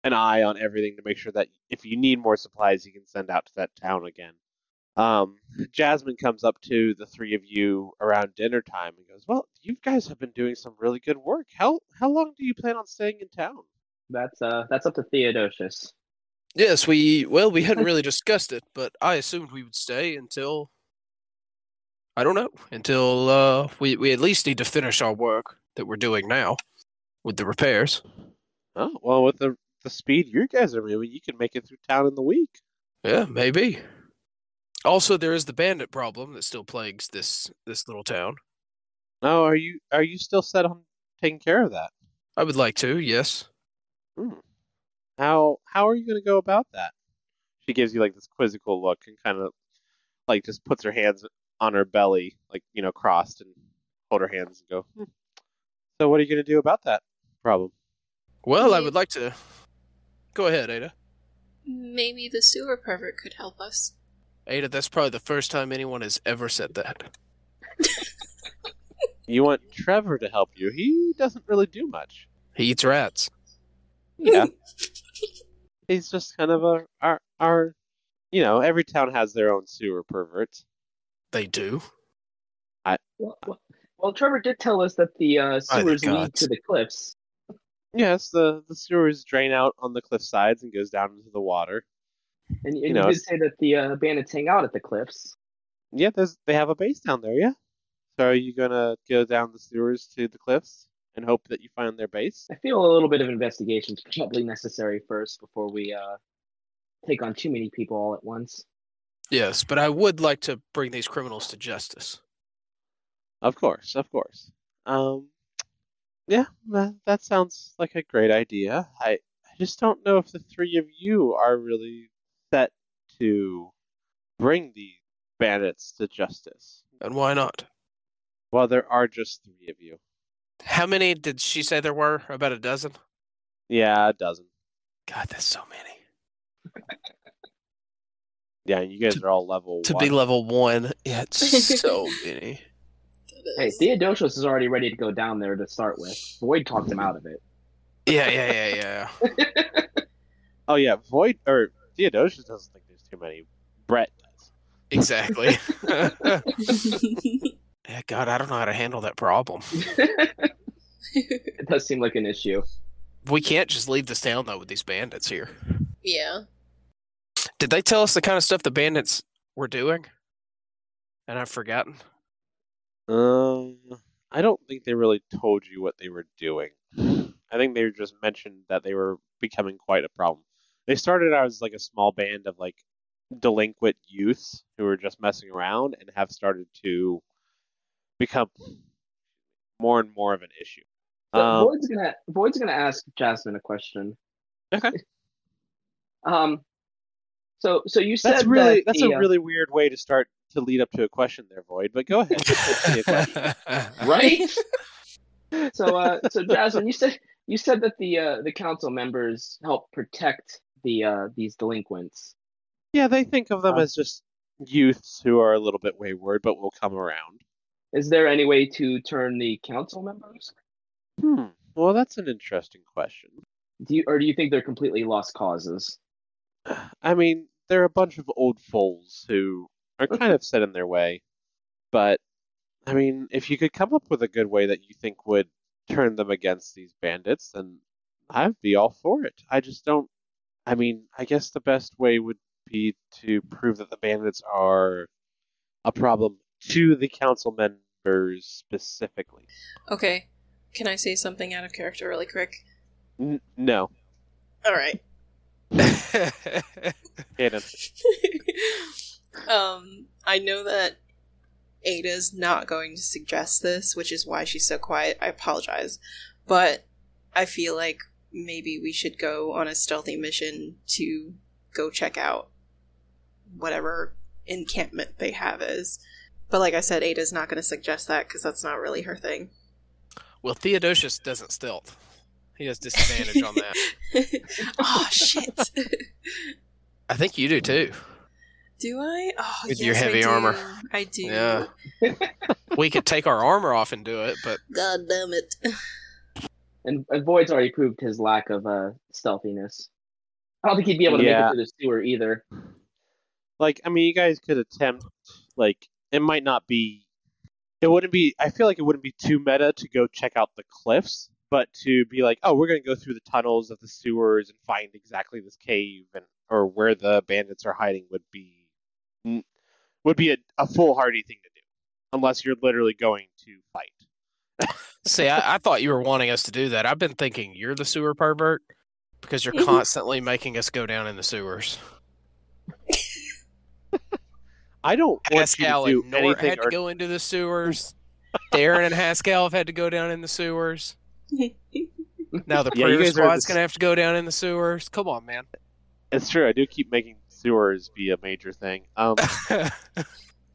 an eye on everything to make sure that if you need more supplies, you can send out to that town again. Um, Jasmine comes up to the three of you around dinner time and goes, "Well, you guys have been doing some really good work. How how long do you plan on staying in town?"
that's uh, that's up to Theodosius.
yes, we well, we hadn't really discussed it, but I assumed we would stay until I don't know, until uh we, we at least need to finish our work that we're doing now with the repairs.
Oh, well, with the the speed you guys are moving, you can make it through town in the week.
Yeah, maybe. Also, there is the bandit problem that still plagues this this little town.
No, are you are you still set on taking care of that?
I would like to, yes.
Hmm. How how are you going to go about that? She gives you like this quizzical look and kind of like just puts her hands on her belly, like you know, crossed, and hold her hands and go. Hmm. So, what are you going to do about that problem?
Well, I
You-
would like to. Go ahead, Ada.
Maybe the sewer pervert could help us.
Ada, that's probably the first time anyone has ever said that.
You want Trevor to help you. He doesn't really do much.
He eats rats.
Yeah. He's just kind of a our our you know, every town has their own sewer perverts.
They do.
Well, well, well, Trevor did tell us that the uh,
By the
sewers lead
gods.
to the cliffs.
Yes, the, the sewers drain out on the cliff sides and goes down into the water.
And, and
You
you,
know,
did
it's-
say that the uh, bandits hang out at the cliffs.
Yeah, there's they have a base down there, yeah. So are you gonna go down the sewers to the cliffs and hope that you find their base?
I feel a little bit of investigation is probably necessary first before we uh, take on too many people all at once.
Yes, but I would like to bring these criminals to justice.
Of course, of course. Um yeah, that, that sounds like a great idea. I I just don't know if the three of you are really set to bring the bandits to justice.
And why not?
Well, there are just three of you.
How many did she say there were? About a dozen?
Yeah, a dozen.
God, that's so many.
Yeah, you guys
To-
are all level
To
one.
be level one, yeah, it's so many.
Hey, Theodosius is already ready to go down there to start with. Boyd talked him out of it.
Yeah, yeah, yeah, yeah.
oh yeah, Void or Theodosius doesn't think there's too many. Brett does.
Exactly. yeah, God, I don't know how to handle that problem.
It does seem like an issue.
We can't just leave this town though with these bandits here.
yeah.
Did they tell us the kind of stuff the bandits were doing? And I've forgotten.
Um, I don't think they really told you what they were doing. I think they just mentioned that they were becoming quite a problem. They started out as like a small band of like delinquent youths who were just messing around and have started to become more and more of an issue.
But
Um,
Void's gonna Void's gonna ask Jasmine a question.
Okay.
um. So so you said
that's really
that
that's
the,
a
uh,
really weird way to start to lead up to a question there, Void. But go ahead. It's a question.
right. so uh so Jasmine, you said you said that the uh, the council members help protect the uh, these delinquents.
Yeah, they think of them
Uh,
as just youths who are a little bit wayward, but will come around.
Is there any way to turn the council members?
Hmm. Well, that's an interesting question.
Do you, or do you think they're completely lost causes?
I mean, they're a bunch of old foals who are kind of set in their way. But, I mean, if you could come up with a good way that you think would turn them against these bandits, then I'd be all for it. I just don't. I mean, I guess the best way would be to prove that the bandits are a problem to the council members specifically.
Okay, can I say something out of character really quick?
N- no,
All right.
Caden.
um, I know that Ada's not going to suggest this, which is why she's so quiet. I apologize. But I feel like maybe we should go on a stealthy mission to go check out whatever encampment they have is. But like I said, Ada's not going to suggest that because that's not really her thing.
well, Theodosius doesn't stealth. He has disadvantage on that.
oh, shit.
I think you do too.
do I? Oh,
With
yes,
your heavy
I do.
armor.
I do.
Yeah. We could take our armor off and do it, but
God damn it.
And, and Void's already proved his lack of uh, stealthiness. I don't think he'd be able to
Yeah.
make it through the sewer either.
like i mean you guys could attempt like it might not be it wouldn't be i feel like it wouldn't be too meta to go check out the cliffs but to be like oh we're going to go through the tunnels of the sewers and find exactly this cave and or where the bandits are hiding would be n- would be a, a foolhardy thing to do unless you're literally going to fight
see, I, I thought you were wanting us to do that. I've been thinking you're the sewer pervert because you're constantly making us go down in the sewers.
i don't want
Haskell
you
and
to do
Nort
anything
had to
or-
go into the sewers. Darren and Haskell have had to go down in the sewers. Now the
Yeah,
prayer
you guys are
squad's
the-
gonna have to go down in the sewers. Come on, man.
it's true i do keep making sewers be a major thing um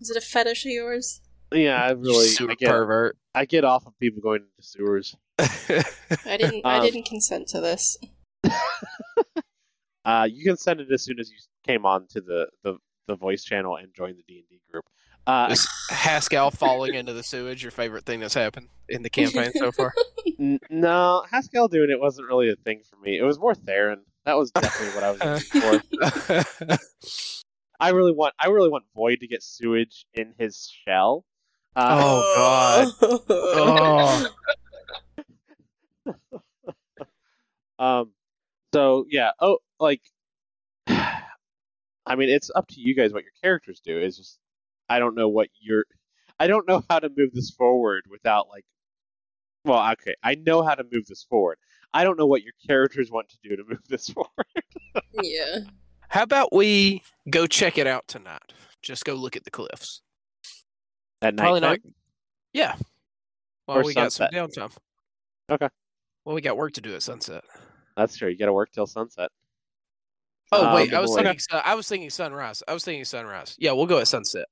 Is it a fetish of yours?
yeah i really I get,
pervert.
I get off of people going into sewers
I didn't. I
Um,
didn't consent to this.
Uh, you can send it as soon as you came on to the, the, the voice channel and join the D and D group. Uh,
Is Haskell falling into the sewage your favorite thing that's happened in the campaign so far?
n- no, Haskell doing it wasn't really a thing for me. It was more Theron. That was definitely what I was looking for. I really want I really want Void to get sewage in his shell. Uh,
Oh, God. Oh.
Um, so yeah. Oh, like, I mean, it's up to you guys what your characters do. It's just I don't know what your I don't know how to move this forward without like. Well, okay, I know how to move this forward. I don't know what your characters want to do to move this forward.
yeah.
How about we go check it out tonight? Just go look at the cliffs.
At
Probably
nighttime?
not. Yeah. Well,
Or
we got some
sunset.
downtime.
Okay.
Well, we got work to do at sunset.
That's true. You got to work till sunset.
Oh
Um,
wait, I was
okay.
thinking. sun I was thinking sunrise. I was thinking sunrise. Yeah, we'll go at sunset.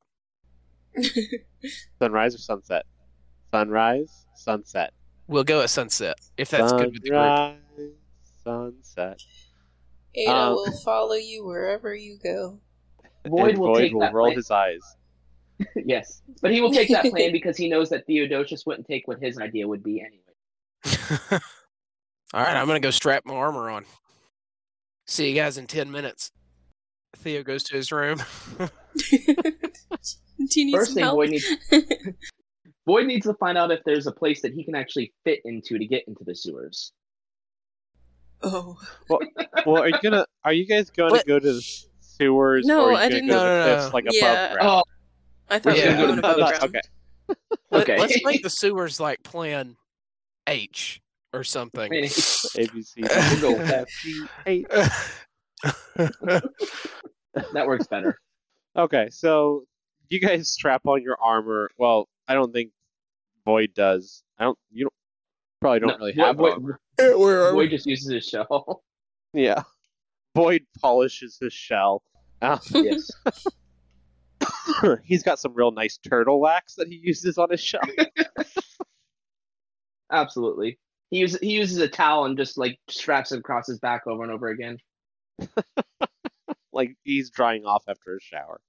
sunrise or sunset. Sunrise, sunset.
We'll go at sunset if that's good with the group.
sunrise, sunset.
Ada
Um,
will follow you wherever you go.
Void
and
will
Void
take
will
that
roll
plan.
his eyes.
yes, but he will take that plan because he knows that Theodosius wouldn't take what his idea would be anyway.
All right, I'm gonna go strap my armor on. See you guys in ten minutes. Theo goes to his room.
Do you need some
First thing,
help?
Void needs Void needs to find out if there's a place that he can actually fit into to get into the sewers.
oh
well, are you gonna? Are you guys going to
What?
go to the sewers?
No,
or are you
I
gonna
didn't-
Go to
No,
the
no, no,
cliffs,
no. Oh,
like
Yeah.
above ground.
I thought
Yeah.
we were going above
Uh,
ground.
okay.
Let-
Okay.
Let's make the sewers like plan H or something.
I mean,
A B C.
we'll go with that.
Eight.
That works better.
Okay, so you guys strap on your armor. Well, I don't think Void does. I don't. You don't. Probably don't
No,
really
Void-
have. armor.
Void,
Where
Void just uses his shell.
Yeah. Void polishes his shell. Uh,
yes.
he's got some real nice turtle wax that he uses on his shell.
Absolutely. He uses he uses a towel and just like straps it across his back over and over again.
like he's drying off after a shower.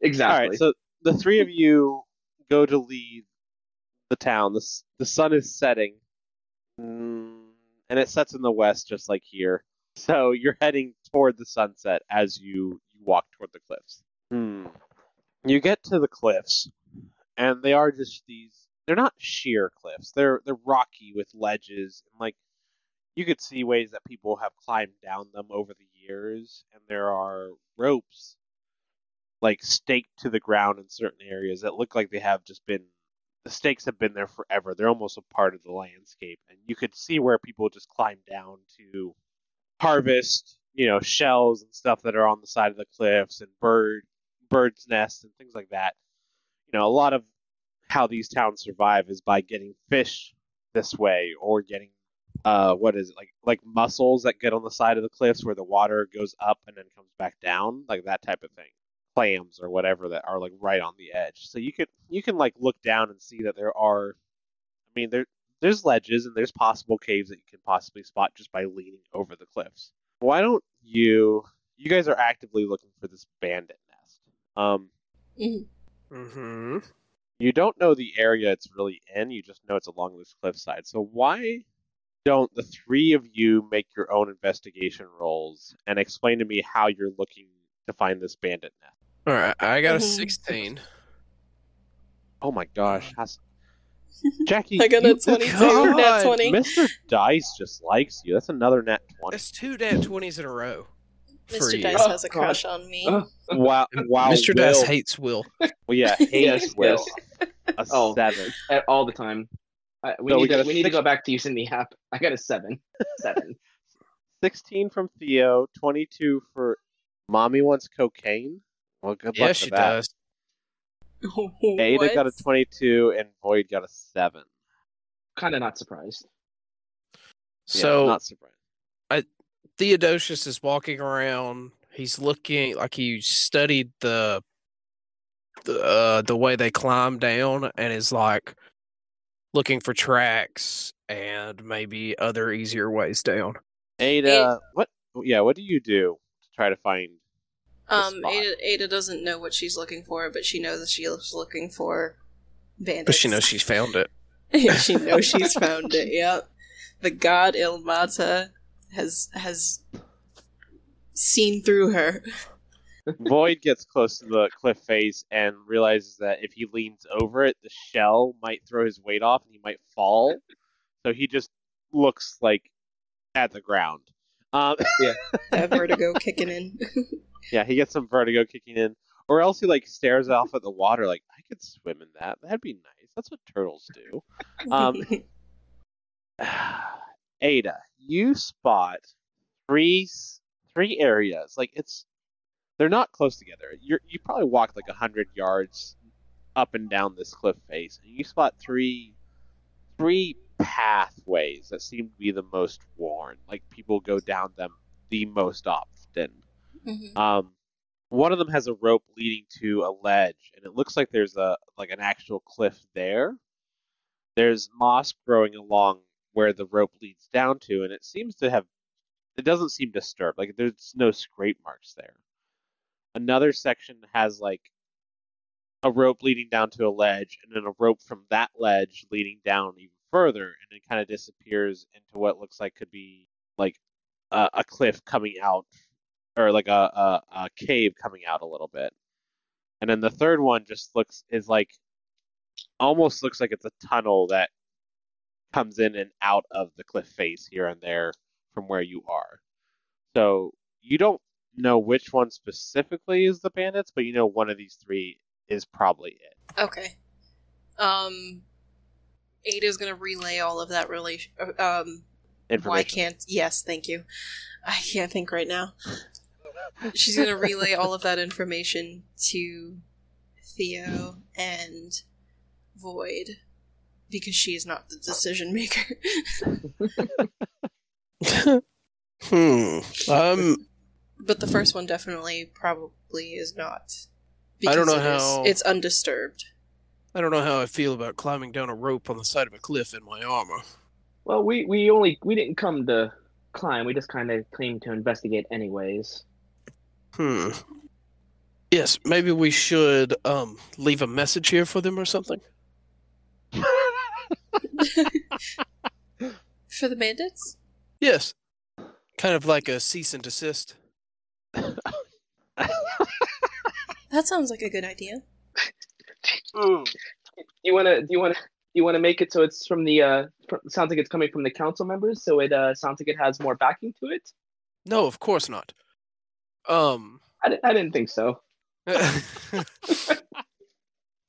Exactly.
All right, so the three of you go to leave the town. The s- the sun is setting, Mm, and it sets in the west, just like here. So you're heading toward the sunset as you you walk toward the cliffs. Hmm. You get to the cliffs, and they are just these. They're not sheer cliffs. They're they're rocky with ledges and like you could see ways that people have climbed down them over the years, and there are ropes like staked to the ground in certain areas that look like they have just been the stakes have been there forever. They're almost a part of the landscape, and you could see where people just climb down to harvest, you know, shells and stuff that are on the side of the cliffs and bird birds' nests and things like that. You know, a lot of how these towns survive is by getting fish this way or getting uh what is it like like mussels that get on the side of the cliffs where the water goes up and then comes back down like that type of thing clams or whatever that are like right on the edge so you could you can like look down and see that there are i mean there there's ledges and there's possible caves that you can possibly spot just by leaning over the cliffs why don't you you guys are actively looking for this bandit nest um
Mm-hmm.
you don't know the area it's really in. You just know it's along this cliffside. So why don't the three of you make your own investigation rolls and explain to me how you're looking to find this bandit nest?
All right, I got a
Mhm.
16.
Oh my gosh, how's... Jackie!
Uh. I got a
you-
22,
Oh, God,
nat 20.
Mr. Dice just likes you. That's another net twenty.
That's two nat 20s in a row. for
Mr.
you.
Dice
Oh,
has a
God.
crush on me.
Oh.
Wow! Wow!
Mr.
Will,
Dice hates Will.
Well, yeah, hates
Yes,
Will.
yes.
A
Oh.
seven.
At all the time. I, we
So we
need,
got
to,
a
we need to
six-
go back to using the app. I got a seven. Seven.
16 from Theo, 22 for Mommy Wants Cocaine. Well, good
Yeah,
luck
she
with that.
does.
Ada
What?
got a 22 and Void got a 7.
kind of not surprised.
Yeah,
So
not surprised.
Theodosius is walking around. He's looking like he studied the the uh, the way they climb down, and is like looking for tracks and maybe other easier ways down.
Ada, what yeah, what do you do to try to find
Um,
spot.
Ada, Ada doesn't know what she's looking for, but she knows that she's looking for bandits.
But she knows she's found it.
she knows she's found it. Yep. The god Ilmata has has seen through her.
Void gets close to the cliff face and realizes that if he leans over it, the shell might throw his weight off and he might fall. So he just looks like at the ground. Um,
That vertigo kicking in.
yeah, he gets some vertigo kicking in. Or else he like stares off at the water like, I could swim in that. That'd be nice. That's what turtles do. Um, Ada, you spot three s- three areas. Like it's they're not close together. You you probably walked like a hundred yards up and down this cliff face, and you spot three three pathways that seem to be the most worn. Like people go down them the most often.
Mhm.
Um, one of them has a rope leading to a ledge, and it looks like there's a like an actual cliff there. There's moss growing along where the rope leads down to, and it seems to have it doesn't seem disturbed. Like there's no scrape marks there. Another section has like a rope leading down to a ledge, and then a rope from that ledge leading down even further, and it kind of disappears into what looks like could be like a, a cliff coming out or like a, a a cave coming out a little bit, and then the third one just looks is like almost looks like it's a tunnel that comes in and out of the cliff face here and there from where you are. So you don't know which one specifically is the bandits, but you know one of these three is probably it.
Okay. Um, Ada's gonna relay all of that relation. Um, why
Information.
can't? Yes, thank you. I can't think right now. She's gonna relay all of that information to Theo and Void because she is not the decision maker.
hmm. Um.
but the first one definitely probably is not.
I don't know
it is-
how-
it's undisturbed.
I don't know how I feel about climbing down a rope on the side of a cliff in my armor.
Well, we, we only we didn't come to climb. We just kind of came to investigate, anyways.
Hmm. Yes, maybe we should um, leave a message here for them or something.
For the bandits?
Yes. Kind of like a cease and desist.
That sounds like a good idea.
Do you want to? Do you want to? You want to make it so it's from the. Uh, fr- sounds like it's coming from the council members, so it uh, sounds like it has more backing to it.
No, of course not. Um.
I, di- I didn't think so.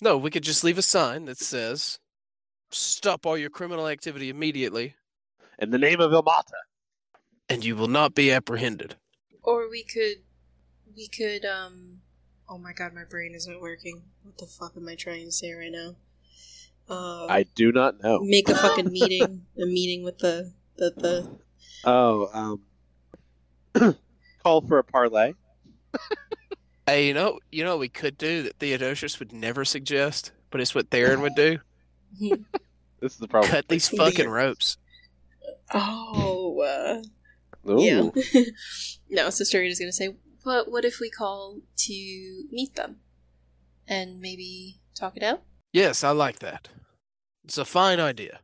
no, we could just leave a sign that says, "Stop all your criminal activity immediately,
In the name of Ilmata.
and you will not be apprehended."
Or we could, we could, um, oh my god, my brain isn't working. What the fuck am I trying to say right now? Uh,
I do not know.
make a fucking meeting, a meeting with the, the, the,
Oh, um, call for a parlay.
Hey, Uh, you know, you know, what we could do that Theodosius would never suggest, but it's what Theron would do:
This is the problem.
cut these fucking ropes.
oh, uh,
Ooh.
yeah. no, Sister Rita's gonna say, but what if we call to meet them? And maybe talk it out?
Yes, I like that. It's a fine idea.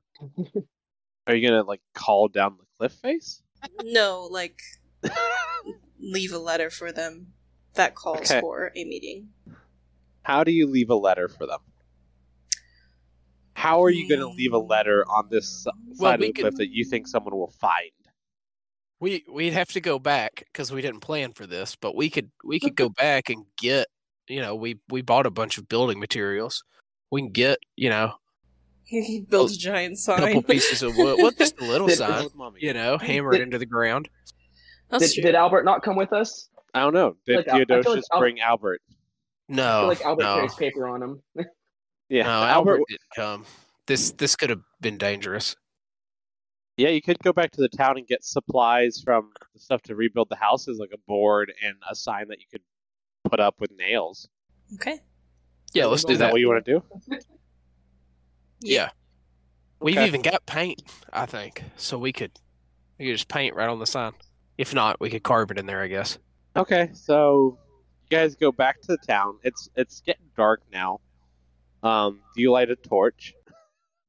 Are you gonna like call down the cliff face?
No, like, leave a letter for them that calls
Okay.
for a meeting.
How do you leave a letter for them? How are you gonna leave a letter on this s- side
Hmm. Well,
of
we
the
could-
cliff that you think someone will find?
We we'd have to go back because we didn't plan for this, but we could we could go back and get you know we we bought a bunch of building materials. We can get you know
He built a giant
a couple
sign.
pieces of wood. Well, just a little
Did-
sign,
Old mummy.
you know, hammered
Did-
into the ground.
That's
Did,
true.
did Albert not come with us?
I don't know. Did
Like, I- I feel like
Theodosius
Al-
bring Albert?
I feel
No,
like Albert
Oh, no,
carries paper on him.
Yeah,
no. Albert didn't come. This this could have been dangerous.
Yeah, you could go back to the town and get supplies from the stuff to rebuild the houses, like a board and a sign that you could put up with nails.
okay.
Yeah, let's do
Is that
that.
what you want to do?
Yeah, we've
Okay.
even got paint. I think so. We could we could just paint right on the sign. If not, we could carve it in there. I guess.
Okay, so you guys go back to the town. It's it's getting dark now. Um, do you light a torch?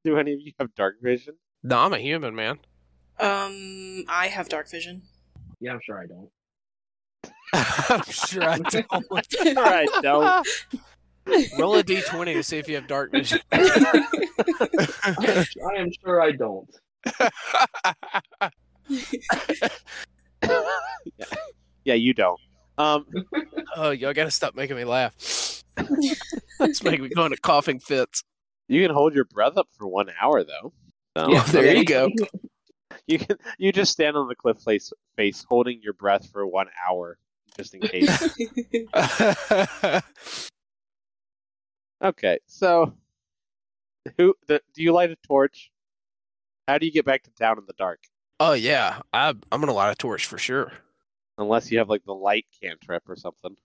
Do any of you have dark vision?
No, I'm a human man.
Um, I have dark vision.
yeah, I'm sure I don't.
I'm sure I don't.
Alright, no.
Roll a d20 to see if you have dark vision.
I am sure I don't.
Yeah, you don't. Um,
oh, y'all gotta stop making me laugh. It's making me go into coughing fits.
you can hold your breath up for one hour though. So,
Yeah, Oh, there you go.
You can you just stand on the cliff face face holding your breath for one hour just in case. Okay, so who the, do you light a torch? How do you get back to town in the dark?
oh yeah, I, I'm gonna light a torch for sure.
Unless you have like the light cantrip or something.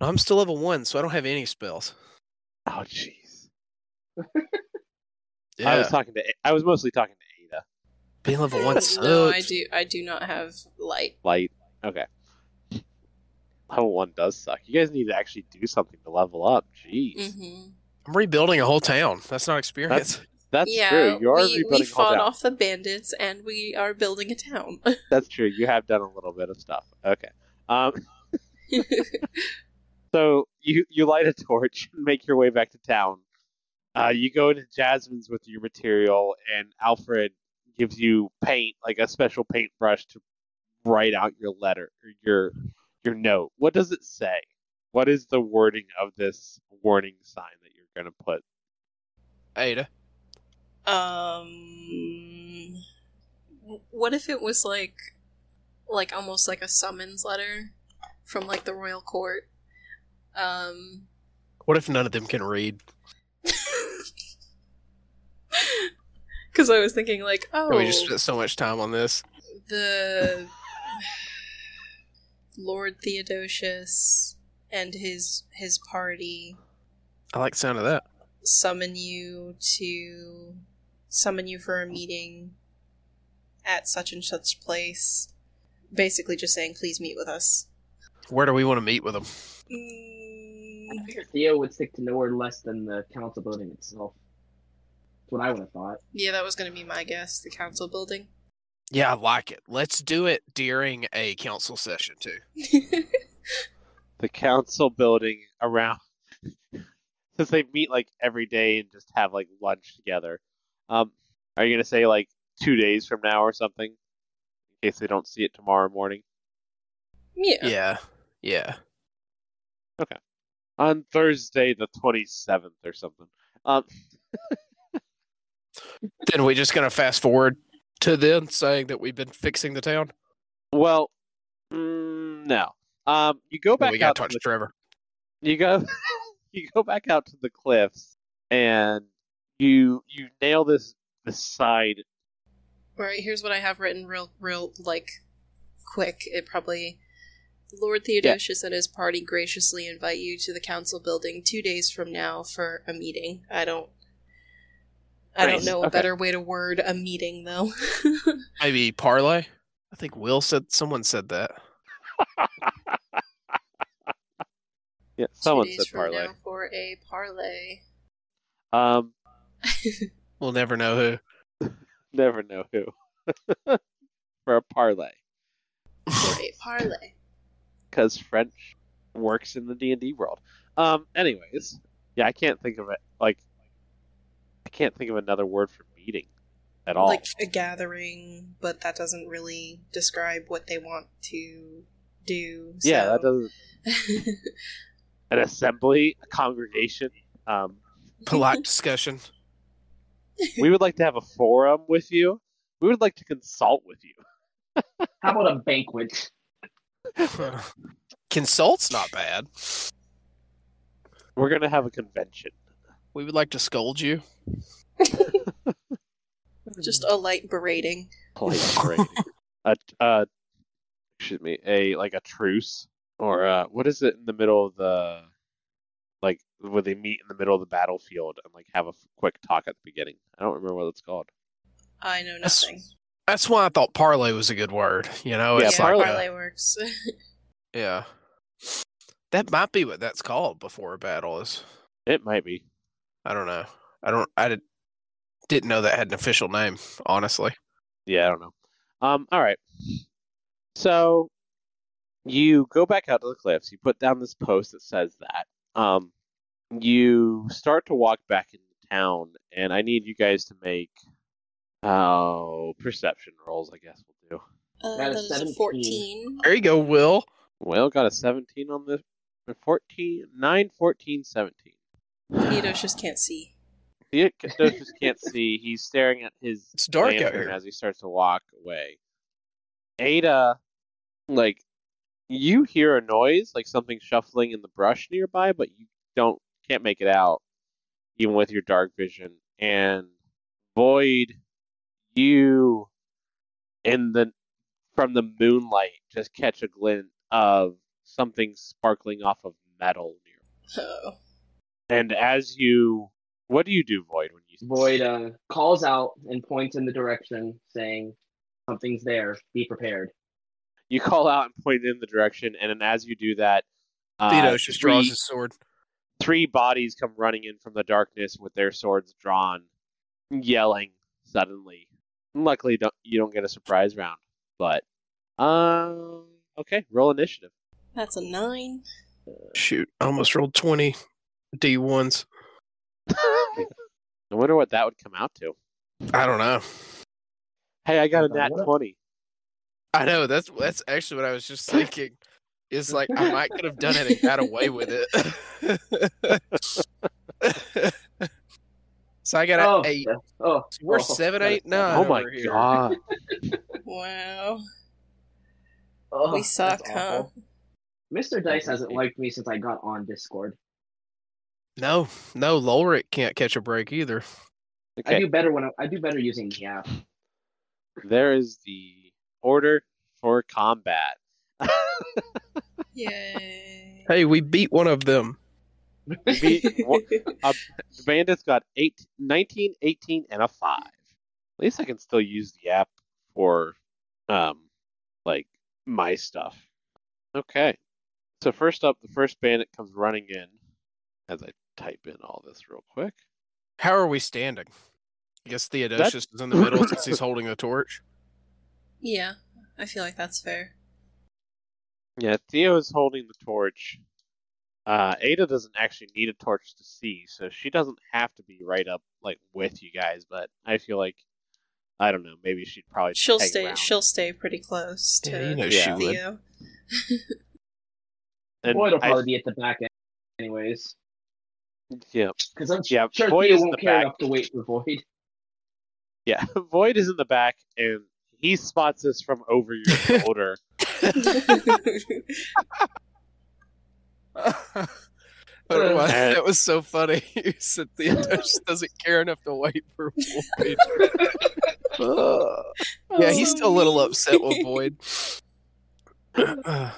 I'm still level one, so I don't have any spells.
Oh, jeez.
Yeah,
I was talking to. I was mostly talking to Ada.
being level one sucks.
no, I do. I do not have light.
Light. Okay. Level one does suck. You guys need to actually do something to level up. Jeez,
hmm
I'm rebuilding a whole town. That's not experience.
that's
yeah,
true. You are
we, we
rebuilding a whole
fought
town.
off the bandits and we are building a town.
That's true. You have done a little bit of stuff. Okay. Um. So you you light a torch and make your way back to town. Uh, you go into Jasmine's with your material, and Alfred gives you paint, like a special paintbrush, to write out your letter or your your note. What does it say? What is the wording of this warning sign that you're going to put?
Ada,
um, what if it was like, like almost like a summons letter from like the royal court? Um,
what if none of them can read?
because I was thinking like, oh,
We just spent so much time on this.
the Lord Theodosius and his his party
I like the sound of that.
summon you to summon you for a meeting at such and such place. Basically, just saying, please meet with us.
Where do we want to meet with him?
I
Mm,
figured Theo would stick to nowhere less than the council building itself. That's what I would have thought.
yeah, that was going to be my guess. The council building.
Yeah, I like it. Let's do it during a council session too.
the council building around since they meet like every day and just have like lunch together. Um, are you gonna say like two days from now or something, in case they don't see it tomorrow morning?
Yeah.
yeah.
Yeah.
On Thursday, the twenty seventh or something. Um,
Then we just gonna fast forward to them saying that we've been fixing the town.
well, mm, no. Um, you go
Then
back
we gotta
out. to
talk
the
to Trevor.
you go you go back out to the cliffs and you you nail this this side
All right. Here's what I have written, real, real, like, quick. It probably. Lord Theodosius and his party graciously invite you to the council building two days from now for a meeting. I don't. I
Nice,
don't know a
okay.
better way to word a meeting, though.
Maybe parlay. I think Will said someone said that.
yeah, someone
two days
said
from
parlay.
now for a parlay.
Um
We'll never know who.
never know who. For a parlay.
for a parlay.
Because French works in the D and D world. Um anyways. Yeah, I can't think of it like I can't think of another word for meeting at all.
Like a gathering, but that doesn't really describe what they want to do. So.
yeah, that doesn't
does.
an assembly, a congregation. Um
Polite discussion.
we would like to have a forum with you. We would like to consult with you.
How about a banquet?
Consult's not bad.
We're gonna have a convention.
We would like to scold you.
Just a light berating.
Polite rating. a uh, excuse me, a like a truce or uh, what is it in the middle of the like where they meet in the middle of the battlefield and like have a f- quick talk at the beginning. I don't remember what it's called.
I know
That's-
nothing.
That's why I thought parlay was a good word. You know,
Yeah,
it's like
parlay.
a-
parlay works.
Yeah. That might be what that's called before a battle is.
It might be.
I don't know. I don't I did, didn't know that had an official name, honestly.
Yeah, I don't know. Um, all right. So you go back out to the cliffs. You put down this post that says that. Um, you start to walk back into town, and I need you guys to make oh perception rolls. I guess we'll do.
Uh,
That
that
is
is a
17.
14.
There you go, Will.
Well, got a 17 on this. 14, 9, 14, 17.
Theodos just can't see.
Theodosius can't see. He's staring at his
It's dark out
lantern
here.
as he starts to walk away. Ada, like, you hear a noise, like something shuffling in the brush nearby, but you don't can't make it out, even with your dark vision. And Void, you in the from the moonlight just catch a glint of something sparkling off of metal near.
Oh.
And as you, what do you do, Void? When you
Void uh, calls out and points in the direction, saying, "Something's there. Be prepared."
you call out and point in the direction, and then as you do that, uh,
Theodos just draws
three-
his sword.
three bodies come running in from the darkness with their swords drawn, yelling suddenly. Luckily, don't, you don't get a surprise round, but um, okay, roll initiative.
That's a 9.
Shoot, I almost rolled 20 D1s.
I wonder what that would come out to.
I don't know.
Hey, I got a nat
What up?
twenty.
I know that's that's actually what I was just thinking. Is like I might could have done it and got away with it. so I got an
oh,
eight.
yeah. Oh,
We're
oh,
seven,
got a
eight, nine.
Oh my
over here.
god!
Wow.
Oh,
we suck,
that's
huh?
awful. Mr. Dice hasn't liked me since I got on Discord.
No, no, Lorik can't catch a break either.
I
Okay,
do better when I, I do better using the app.
there is the order for combat.
Yay.
Hey, we beat one of them.
Beat one- The bandits got eight, 19, 18, and a 5. At least I can still use the app for um like my stuff. Okay. So first up, the first bandit comes running in as I type in all this real quick.
How are we standing? I guess Theodosius is in the middle since he's holding the torch.
Yeah, I feel like that's fair.
Yeah, Theo is holding the torch. Uh, Ada doesn't actually need a torch to see, so she doesn't have to be right up like with you guys. But I feel like I don't know. Maybe she'd probably just
She'll
hang
stay.
around.
She'll stay pretty close to
Yeah, you know
she would.
Theo.
And
Boyd will
I-
probably be at the back end, anyways.
yeah,
Because I'm
Yeah,
sure
Boyd
Theo
is in
won't
the
care
back.
enough to wait for Void.
yeah. Void is in the back, and he spots this from over your shoulder.
I don't know
Uh,
why
Uh,
that was so funny. You said Theodosius doesn't care enough to wait for Void. Ugh. yeah, he's still a little upset
Oh,
with Void. a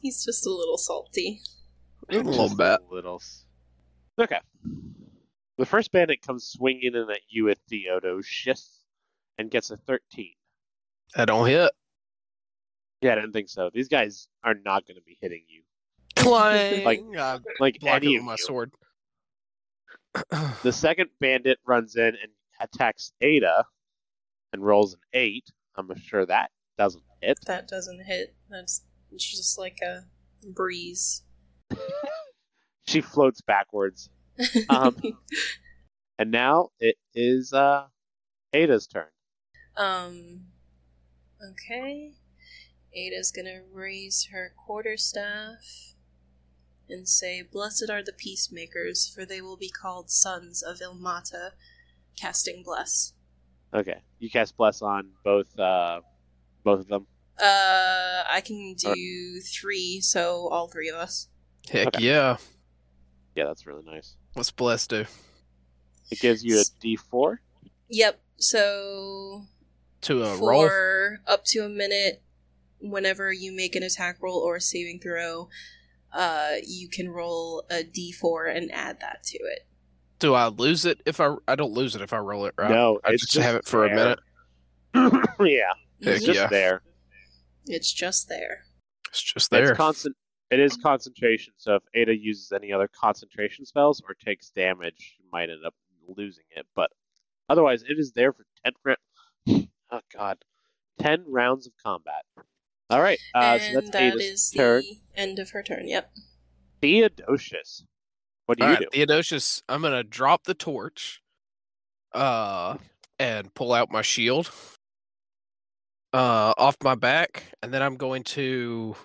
He's just a little salty.
little
Just
bit.
a Little. s- Okay. The first bandit comes swinging in at you at Theodosius and gets a 13.
That don't hit.
Yeah, I didn't think so. These guys are not going to be hitting you.
Clang!
Like,
I
Like,
block it
any
with
of
my
you.
sword.
The second bandit runs in and attacks Ada and rolls an 8. I'm sure that doesn't hit.
That doesn't hit. That's it's just like a breeze.
She floats backwards. Um, and now it is uh, Ada's turn.
Um, okay. Ada's gonna raise her quarterstaff and say, Blessed are the peacemakers, for they will be called sons of Ilmata, casting bless.
Okay. You cast Bless on both uh, both of them.
Uh, I can do three, so all three of us.
Heck
Okay.
yeah.
Yeah, that's really nice.
What's Bless do?
It gives you a D4.
Yep, so
To a
for
Uh, roll?
up to a minute, whenever you make an attack roll or a saving throw, uh, you can roll a d4 and add that to it.
Do I lose it if I... I don't lose it if I roll it, right?
No,
I
it's
just have it for a
there.
minute.
yeah,
Heck
it's
Mhm.
just
yeah.
there.
It's just there.
It's just there.
It's constant. It is concentration. So if Ada uses any other concentration spells or takes damage, she might end up losing it. But otherwise, it is there for ten. Ra- oh God, ten rounds of combat. All right. Uh, so
and
that's
that
Ada's
is
turn.
the end of her turn. Yep.
Theodosius, what do
All
you
right,
do?
Theodosius, I'm gonna drop the torch, uh, and pull out my shield, uh, off my back, and then I'm going to,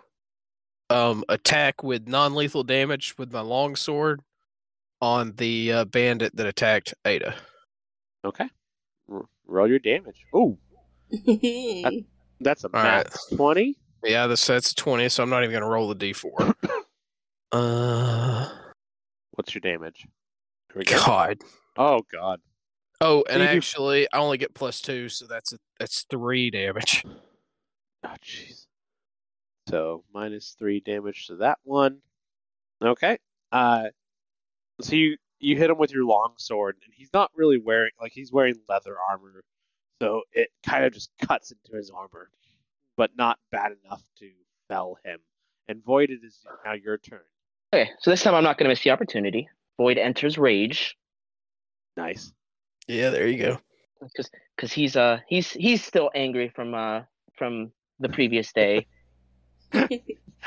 um, attack with non-lethal damage with my longsword on the uh, bandit that attacked Ada.
Okay. R- roll your damage. Ooh, that's a
All right.
max twenty.
Yeah, that's that's a twenty, so I'm not even gonna roll the d4. uh,
What's your damage? Here we go.
God.
Oh God.
Oh, and
You do-
actually, I only get plus two, so that's a, that's three damage.
Oh, jeez. So minus three damage to that one. Okay. Uh, so you you hit him with your long sword, and he's not really wearing like he's wearing leather armor, so it kind of just cuts into his armor, but not bad enough to fell him. And Void, it is now your turn.
Okay, so this time I'm not going to miss the opportunity. Void enters rage
Nice.
Yeah, there you go.
because he's uh he's he's still angry from uh from the previous day.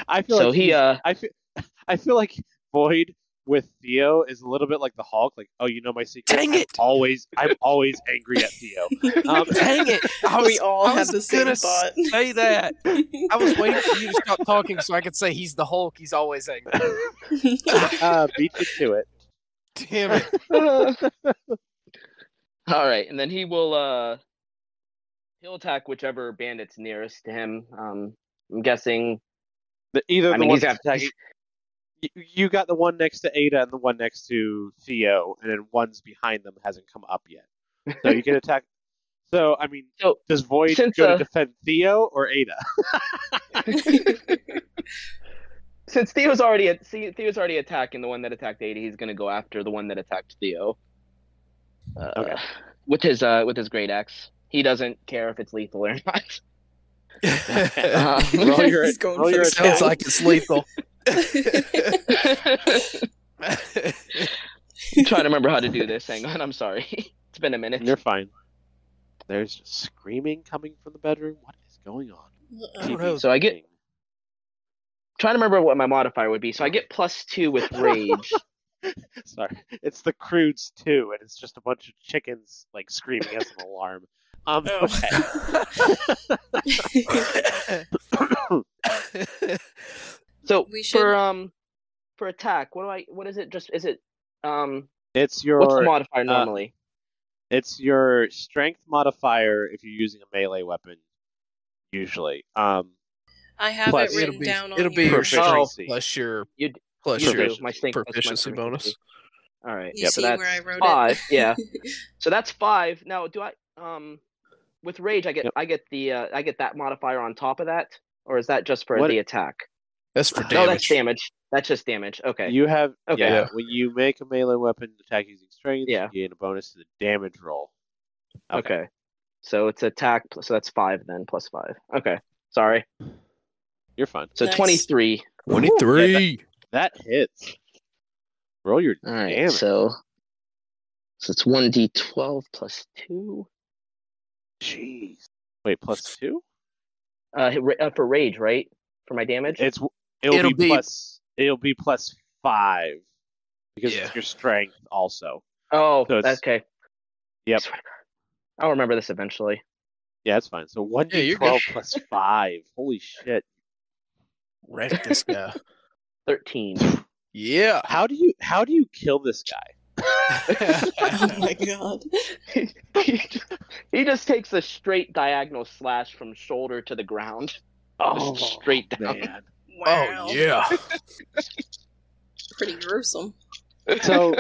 I feel
so
like
he
he's-
uh
I feel I feel like Void with Theo is a little bit like the Hulk. Like, oh, you know my secret.
Dang
I'm
it!
Always, I'm always angry at Theo. Um,
Dang it! I
we all
I
have the
was
same
gonna
thought.
Say that. I was waiting for you to stop talking so I could say he's the Hulk. He's always angry.
uh, beat you to it.
Damn it!
All right, and then he will uh he'll attack whichever bandit's nearest to him. Um I'm guessing
The, either
I
the
mean,
one
he's
that's
got-
attacking. You, you got the one next to Ada and the one next to Theo, and then one's behind them hasn't come up yet. So you can attack. So I mean,
So,
does Void
since,
go
uh,
to defend Theo or Ada?
since Theo's already at see Theo's already attacking the one that attacked Ada, he's gonna go after the one that attacked Theo. Uh,
Okay.
With his uh with his great axe. He doesn't care if it's lethal or not.
Uh, roll your,
He's going
roll
for
your
the
attack.
Sounds like it's lethal.
I'm trying to remember how to do this. Hang on, I'm sorry. It's been a minute.
You're fine. There's just screaming coming from the bedroom. What is going on?
I don't
Keep
know.
So I get-
screaming.
trying to remember what my modifier would be. So I get plus two with rage.
Sorry, it's the Croods too, and it's just a bunch of chickens like screaming as an alarm. Um,
Oh.
okay.
So
We should-
for um for attack, what do I? What is it? Just is it um?
it's your
what's the
uh,
modifier normally?
It's your strength modifier if you're using a melee weapon, usually. Um,
I have
Plus-
it
it'll
written
be,
down on
it'll be
your
your strength
proficiency.
plus your
You-
plus
You
your
do. My strength plus my
proficiency bonus.
proficiency. All right.
You
Yeah, but
see
that's
where I wrote
five.
it.
yeah. So that's five. Now, do I um with rage? I get
Yep.
I get the uh, I get that modifier on top of that, or is that just for
What-
the attack?
That's for damage.
No,
Oh,
that's damage. That's just damage. Okay.
You have
Okay.
yeah,
Yeah.
When you make a melee weapon attack using strength,
Yeah.
you gain a bonus to the damage roll.
okay. So it's attack. pl- So that's five then plus five. Okay. Sorry.
You're fine.
So
Nice.
twenty three.
Twenty three.
That hits. Roll your
All right,
damage.
so so it's one d twelve plus two.
Jeez. Wait, plus two?
Uh, hit ra- uh, for rage, right? For my damage.
It's it'll,
It'll
be,
be-
plus it'll be plus five because
Yeah.
it's your strength also.
oh,
so it's-
okay.
Yep.
Swear to God. I'll remember this eventually.
Yeah, that's fine. So one
Yeah,
d
you're
twelve
good.
plus five. Holy shit!
Wreck this guy.
Thirteen.
Yeah.
How do you how do you kill this guy?
oh my god.
he just takes a straight diagonal slash from shoulder to the ground. Just straight down.
man.
Wow.
oh yeah.
Pretty gruesome.
so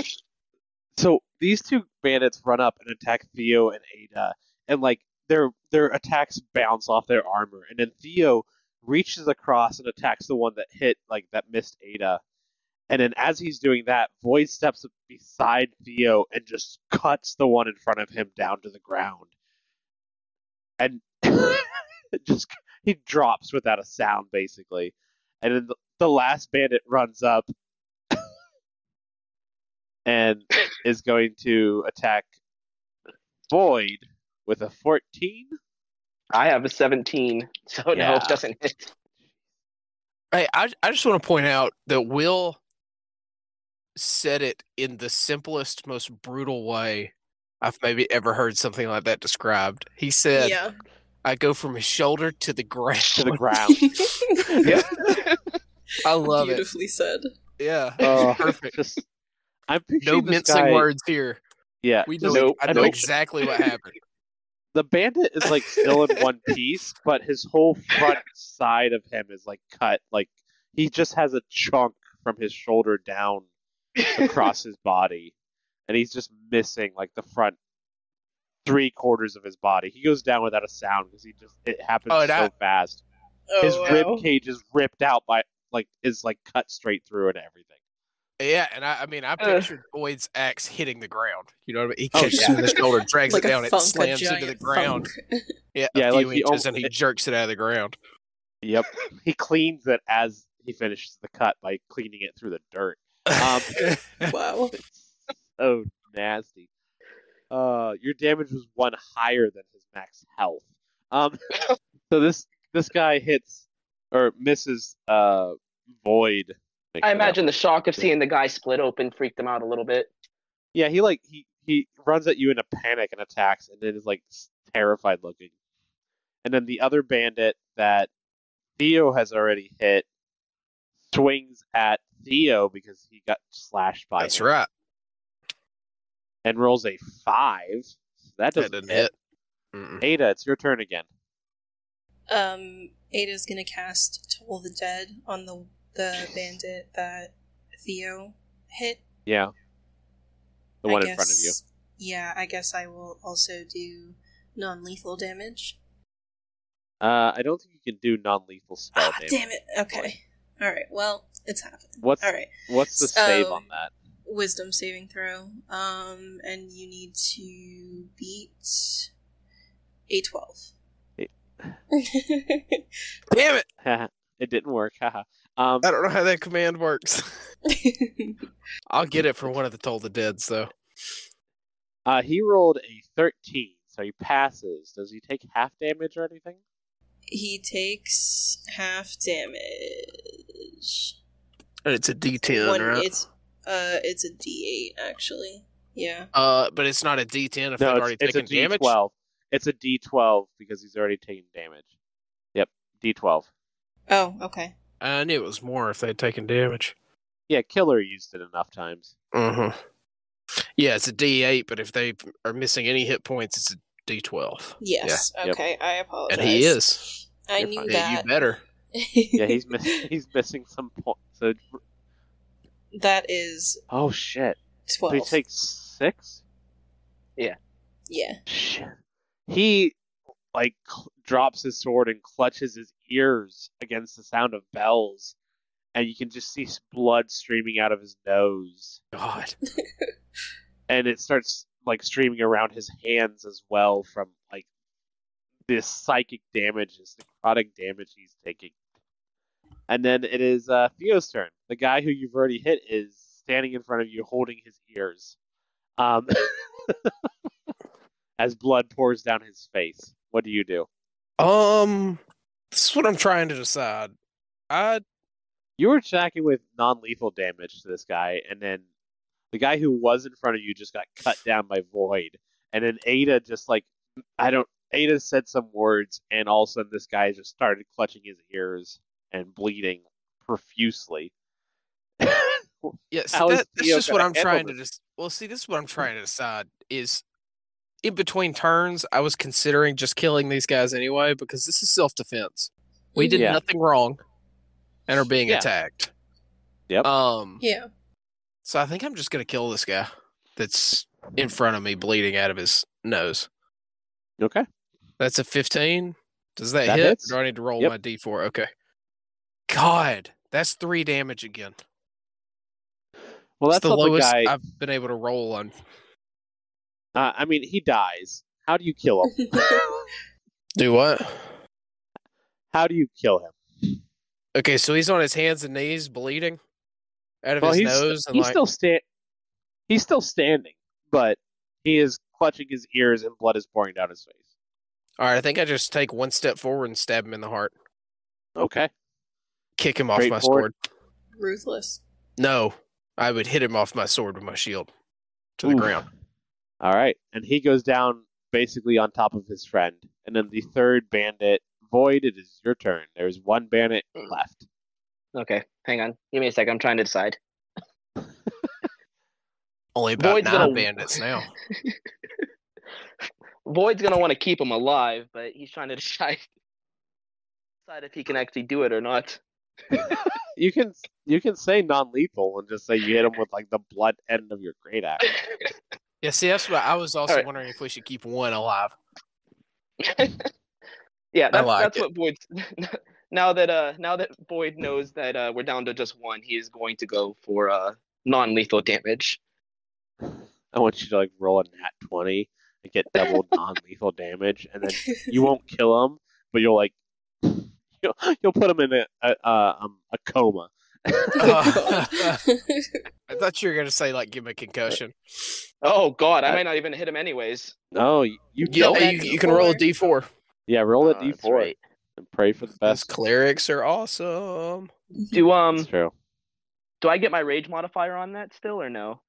so these two bandits run up and attack Theo and Ada, and like their their attacks bounce off their armor, and then Theo reaches across and attacks the one that hit like that missed Ada, and then as he's doing that, Void steps up beside Theo and just cuts the one in front of him down to the ground, and it just he drops without a sound basically, and then the, the last bandit runs up and is going to attack Void with a 14.
I have a seventeen, so no,
Yeah.
it doesn't hit.
Hey, I I just want to point out that Will said it in the simplest, most brutal way I've maybe ever heard something like that described. He said,
Yeah.
"I go from his shoulder to the ground."
To the ground.
I love it.
Beautifully said.
Yeah,
Oh,
perfect.
Just, I'm picturing
No
this
mincing
guy-
words here.
Yeah,
We know.
just-
Nope.
I know
Nope.
exactly what happened.
the bandit is like still in one piece, but his whole front side of him is like cut. Like he just has a chunk from his shoulder down across his body, and he's just missing like the front three quarters of his body. He goes down without a sound because he just it happens
Oh,
so
that-
fast.
Oh,
his
wow.
rib cage is ripped out by like is like cut straight through and everything.
Yeah, and I, I mean, I
Uh.
pictured Boyd's axe hitting the ground. You know what I mean? He
Oh,
catches
yeah.
it with his shoulder, drags
Like
it
a
down, it
funk, a
slams into the
giant
ground.
funk.
Yeah, a
Yeah, like
few
he
inches,
almo-
and he jerks it out of the ground.
Yep. he cleans it as he finishes the cut by cleaning it through the dirt. Um,
Wow.
It's so nasty. Uh, your damage was one higher than his max health. Um, so this this guy hits or misses uh void.
I imagine the shock of
Yeah.
seeing the guy split open freaked him out a little bit.
Yeah, he like he he runs at you in a panic and attacks, and then is like s- terrified looking. And then the other bandit that Theo has already hit swings at Theo because he got slashed by
That's
him
right.
and rolls a five. So that
That
doesn't
didn't
hit.
hit. Mm-mm.
Ada, it's your turn again.
Um, Ada's gonna cast Toll the Dead on the the bandit that Theo hit.
Yeah, the one
I
in front of you.
guess- Yeah, I guess I will also do non-lethal damage.
Uh, I don't think you can do non-lethal spell
ah,
damage.
damn it. Okay. All right. Well, it's happened.
What's
All right.
what's the save
So-
on that?
Wisdom saving throw. Um, and you need to beat A twelve.
It-
Damn it!
it didn't work. Haha. Um,
I don't know how that command works. I'll get it for one of the Toll the Dead, though.
uh, he rolled a 13, so he passes. Does he take half damage or anything?
he takes half damage.
It's a D10,
One-
right?
It's uh, it's a D eight actually. Yeah.
Uh, but it's not a D10 if
no,
they've
it's,
already
it's a
taken damage.
D12. It's a D12 because he's already taken damage. Yep, D12.
Oh, okay.
I knew it was more if they'd taken damage.
Yeah, Killer used it enough times.
Mm-hmm. Yeah, it's a D8, but if they are missing any hit points, it's a D12.
Yes.
Yeah. Yep.
Okay. I apologize.
And he is.
I
You're
knew
fine.
Yeah,
that.
you better.
Yeah, he's miss- he's missing some points. So,
that is
oh shit! So
twelve.
he takes six.
yeah.
Shit. He like cl- drops his sword and clutches his ears against the sound of bells, and you can just see s- blood streaming out of his nose,
God.
and it starts like streaming around his hands as well from like this psychic damage, this necrotic damage he's taking. And then it is uh, Theo's turn. The guy who you've already hit is standing in front of you, holding his ears, um, as blood pours down his face. What do you do?
Um, this is what I'm trying to decide. I
you were attacking with non-lethal damage to this guy, and then the guy who was in front of you just got cut down by void, and then Ada just like I don't. Ada said some words, and all of a sudden this guy just started clutching his ears and bleeding profusely.
yeah, see,
How is
that, that's
Theo
just what
gonna
I'm
handle Mm-hmm.
trying to
this?
just. Well, see, this is what I'm trying to decide is in between turns, I was considering just killing these guys anyway because this is self defense. We did
Yeah.
nothing wrong, and are being
Yeah.
attacked.
Yep.
Um.
Yeah.
So I think I'm just gonna kill this guy that's in front of me, bleeding out of his nose.
okay.
That's a 15. Does that,
That
hit?
hits.
Do I need to roll
Yep.
my d4? Okay. God, that's three damage again.
Well, that's
it's the
not the
lowest
guy.
I've been able to roll on.
Uh, I mean, he dies. How do you kill him?
Do what?
How do you kill him?
Okay, so he's on his hands and knees, bleeding out of
Well,
his
he's st-
nose, and
he's
like
still sta- he's still standing, but he is clutching his ears and blood is pouring down his face.
all right. I think I just take one step forward and stab him in the heart,
Okay.
kick him off
Straight
my
forward?
sword.
Ruthless.
No, I would hit him off my sword with my shield to the
Oof.
ground.
All right, and he goes down basically on top of his friend, and then the third bandit, Void. It is your turn. There's one bandit
Mm.
left.
Okay, hang on. Give me a sec. I'm trying to decide.
Only about
Void's
9
gonna-
bandits now.
Void's gonna want to keep him alive, but he's trying to decide decide if he can actually do it or not.
You can you can say non-lethal and just say you hit him with like the blunt end of your great axe.
Yeah, see, that's what I was also
right.
wondering if we should keep one alive.
yeah, that's,
like
that's
it.
what Void's. now that uh, now that Void knows that uh, we're down to just one, he is going to go for uh non-lethal damage.
I want you to like roll a nat twenty and get double non-lethal damage, and then you won't kill him, but you'll like you'll, you'll put him in a a, uh, um, a coma.
Uh, I thought you were gonna say like give him a concussion.
Oh God, I
Uh,
might not even hit him anyways.
No, you, you
Yeah,
don't.
hey,
you, you can roll a d4.
Yeah, roll a
Oh,
d
that's
four
right.
and pray for the
Those
best.
clerics are awesome.
Do
That's
um
true.
do I get my rage modifier on that still or no?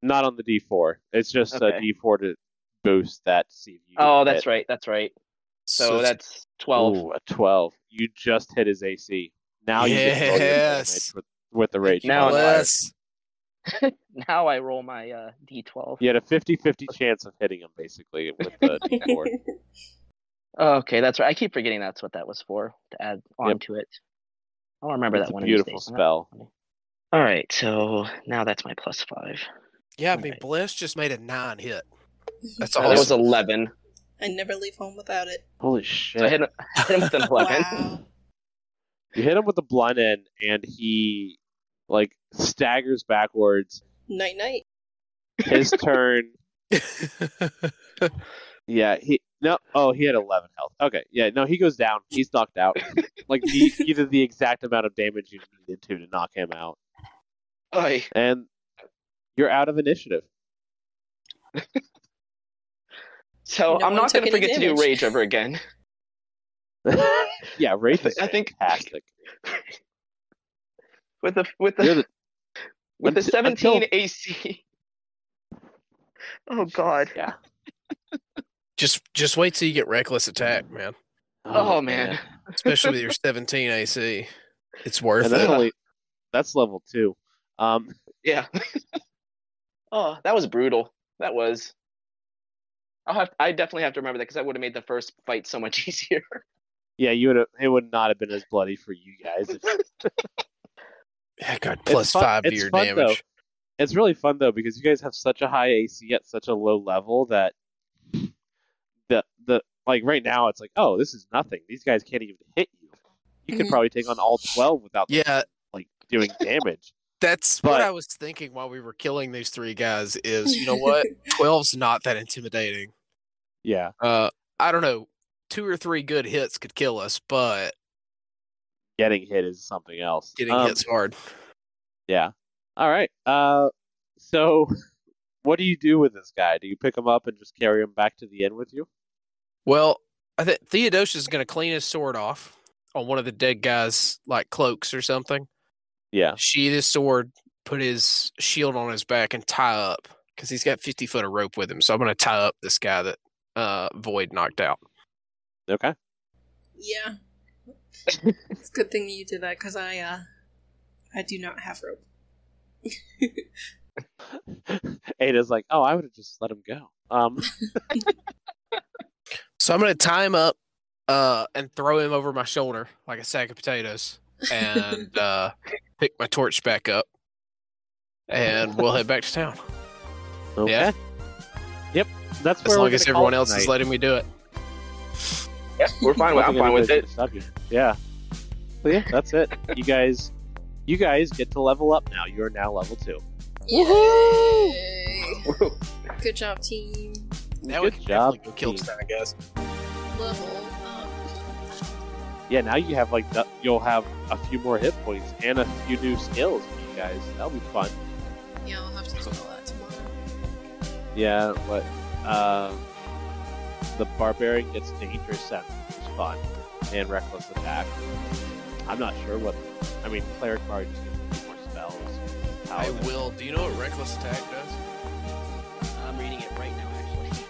Not on the d four. It's just a
Okay.
d four to boost that. See if you
Oh, that's right, that's right. So,
it's-
that's twelve.
Ooh, a twelve. You just hit his AC. Now you get double
Yes.
damage with, with the rage.
Now
modifier.
Bless.
Now I roll my uh, d12.
you had a 50-50 chance of hitting him basically with the d4.
Oh, Okay, that's right. I keep forgetting that's what that was for to add on
Yep.
to it. I'll remember
It's
that
a
one. of these
beautiful
days.
spell.
All right, so now that's my plus five.
yeah, I mean
Alright.
Bless just made a nine hit.
Oh,
That's
Uh, That was
awesome.
eleven.
I never leave home without it.
Holy
So I
shit!
hit him, I hit him with an eleven.
Wow.
you hit him with the blunt end, and he like staggers backwards.
Night night.
His turn. Yeah, he No. Oh, he had 11 health. Okay. Yeah. No, he goes down. He's knocked out. like the, you did the exact amount of damage you needed to to knock him out,
Oy.
and you're out of initiative.
So
No
I'm
one
not going to
took any
forget to do
damage.
rage ever again.
yeah, Wraith is
I think-
fantastic.
With the with
You're
the,
the-
with the
until-
17
until-
AC. Oh God.
Yeah.
Just just wait till you get reckless attack, man.
Oh, man.
Especially with your 17 AC. It's worth
And that's
it.
only that's level two. Um,
Yeah. oh, that was brutal. That was. I'll have. I definitely have to remember that because that would have made the first fight so much easier.
yeah, you would have. It would not have been as bloody for you guys. If,
Yeah, God, plus
fun-
five to
it's
your
fun,
damage.
though. it's really fun though because you guys have such a high AC at such a low level that the the like right now it's like oh this is nothing. These guys can't even hit you. You could
Mhm.
probably take on all twelve without
Mm-hmm. Yeah,
like doing damage.
that's what
But-
I was thinking while we were killing these three guys is, you know what? 12's not that intimidating.
Yeah,
Uh, I don't know. Two or three good hits could kill us, but
getting hit is something else.
getting
Um,
hits hard.
Yeah. All right. Uh, so what do you do with this guy? Do you pick him up and just carry him back to the inn with you?
Well, I think Theodosius is going to clean his sword off on one of the dead guys' like cloaks or something.
Yeah.
Sheath his sword, put his shield on his back, and tie up because he's got fifty foot of rope with him. So I'm going to tie up this guy that uh, Void knocked out.
Okay.
Yeah. it's a good thing you did that because I, uh, I do not have rope.
Ada's like, oh, I would have just let him go. Um,
So I'm going to tie him up uh, and throw him over my shoulder like a sack of potatoes, and uh, pick my torch back up, and we'll head back to town.
okay.
Yeah.
Yep. That's
As
where
long
we're
as
gonna call
everyone else is
tonight.
letting me do it.
Yeah, we're fine. with I'm
Nothing
fine with it.
anybody's gonna stop you. Yeah.
Oh,
So yeah, that's it. You guys, you guys get to level up now. You are now level two.
Woohoo! Good job, team.
Now
Good
we can
job,
definitely go kill
team.
this guy, guys.
Level up.
Yeah. Now you have like the, you'll have a few more hit points and a few new skills for you guys. That'll be fun.
Yeah, I'll have to do all that tomorrow.
Yeah, what? Uh, the barbarian gets dangerous sense, which is fun, and reckless attack. I'm not sure what. I mean, cleric bards get more spells.
I
Paladin-
will. Do you know what reckless attack does?
I'm reading it right now, actually.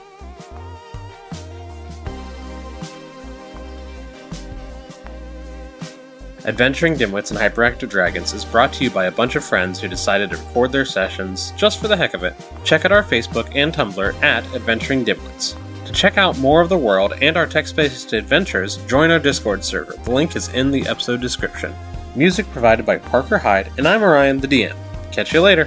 Adventuring Dimwits and Hyperactive Dragons is brought to you by a bunch of friends who decided to record their sessions just for the heck of it. Check out our Facebook and Tumblr at Adventuring Dimwits. To check out more of the world and our text based adventures, join our Discord server. The link is in the episode description. Music provided by Parker Hyde, and I'm Orion, the DM. Catch you later.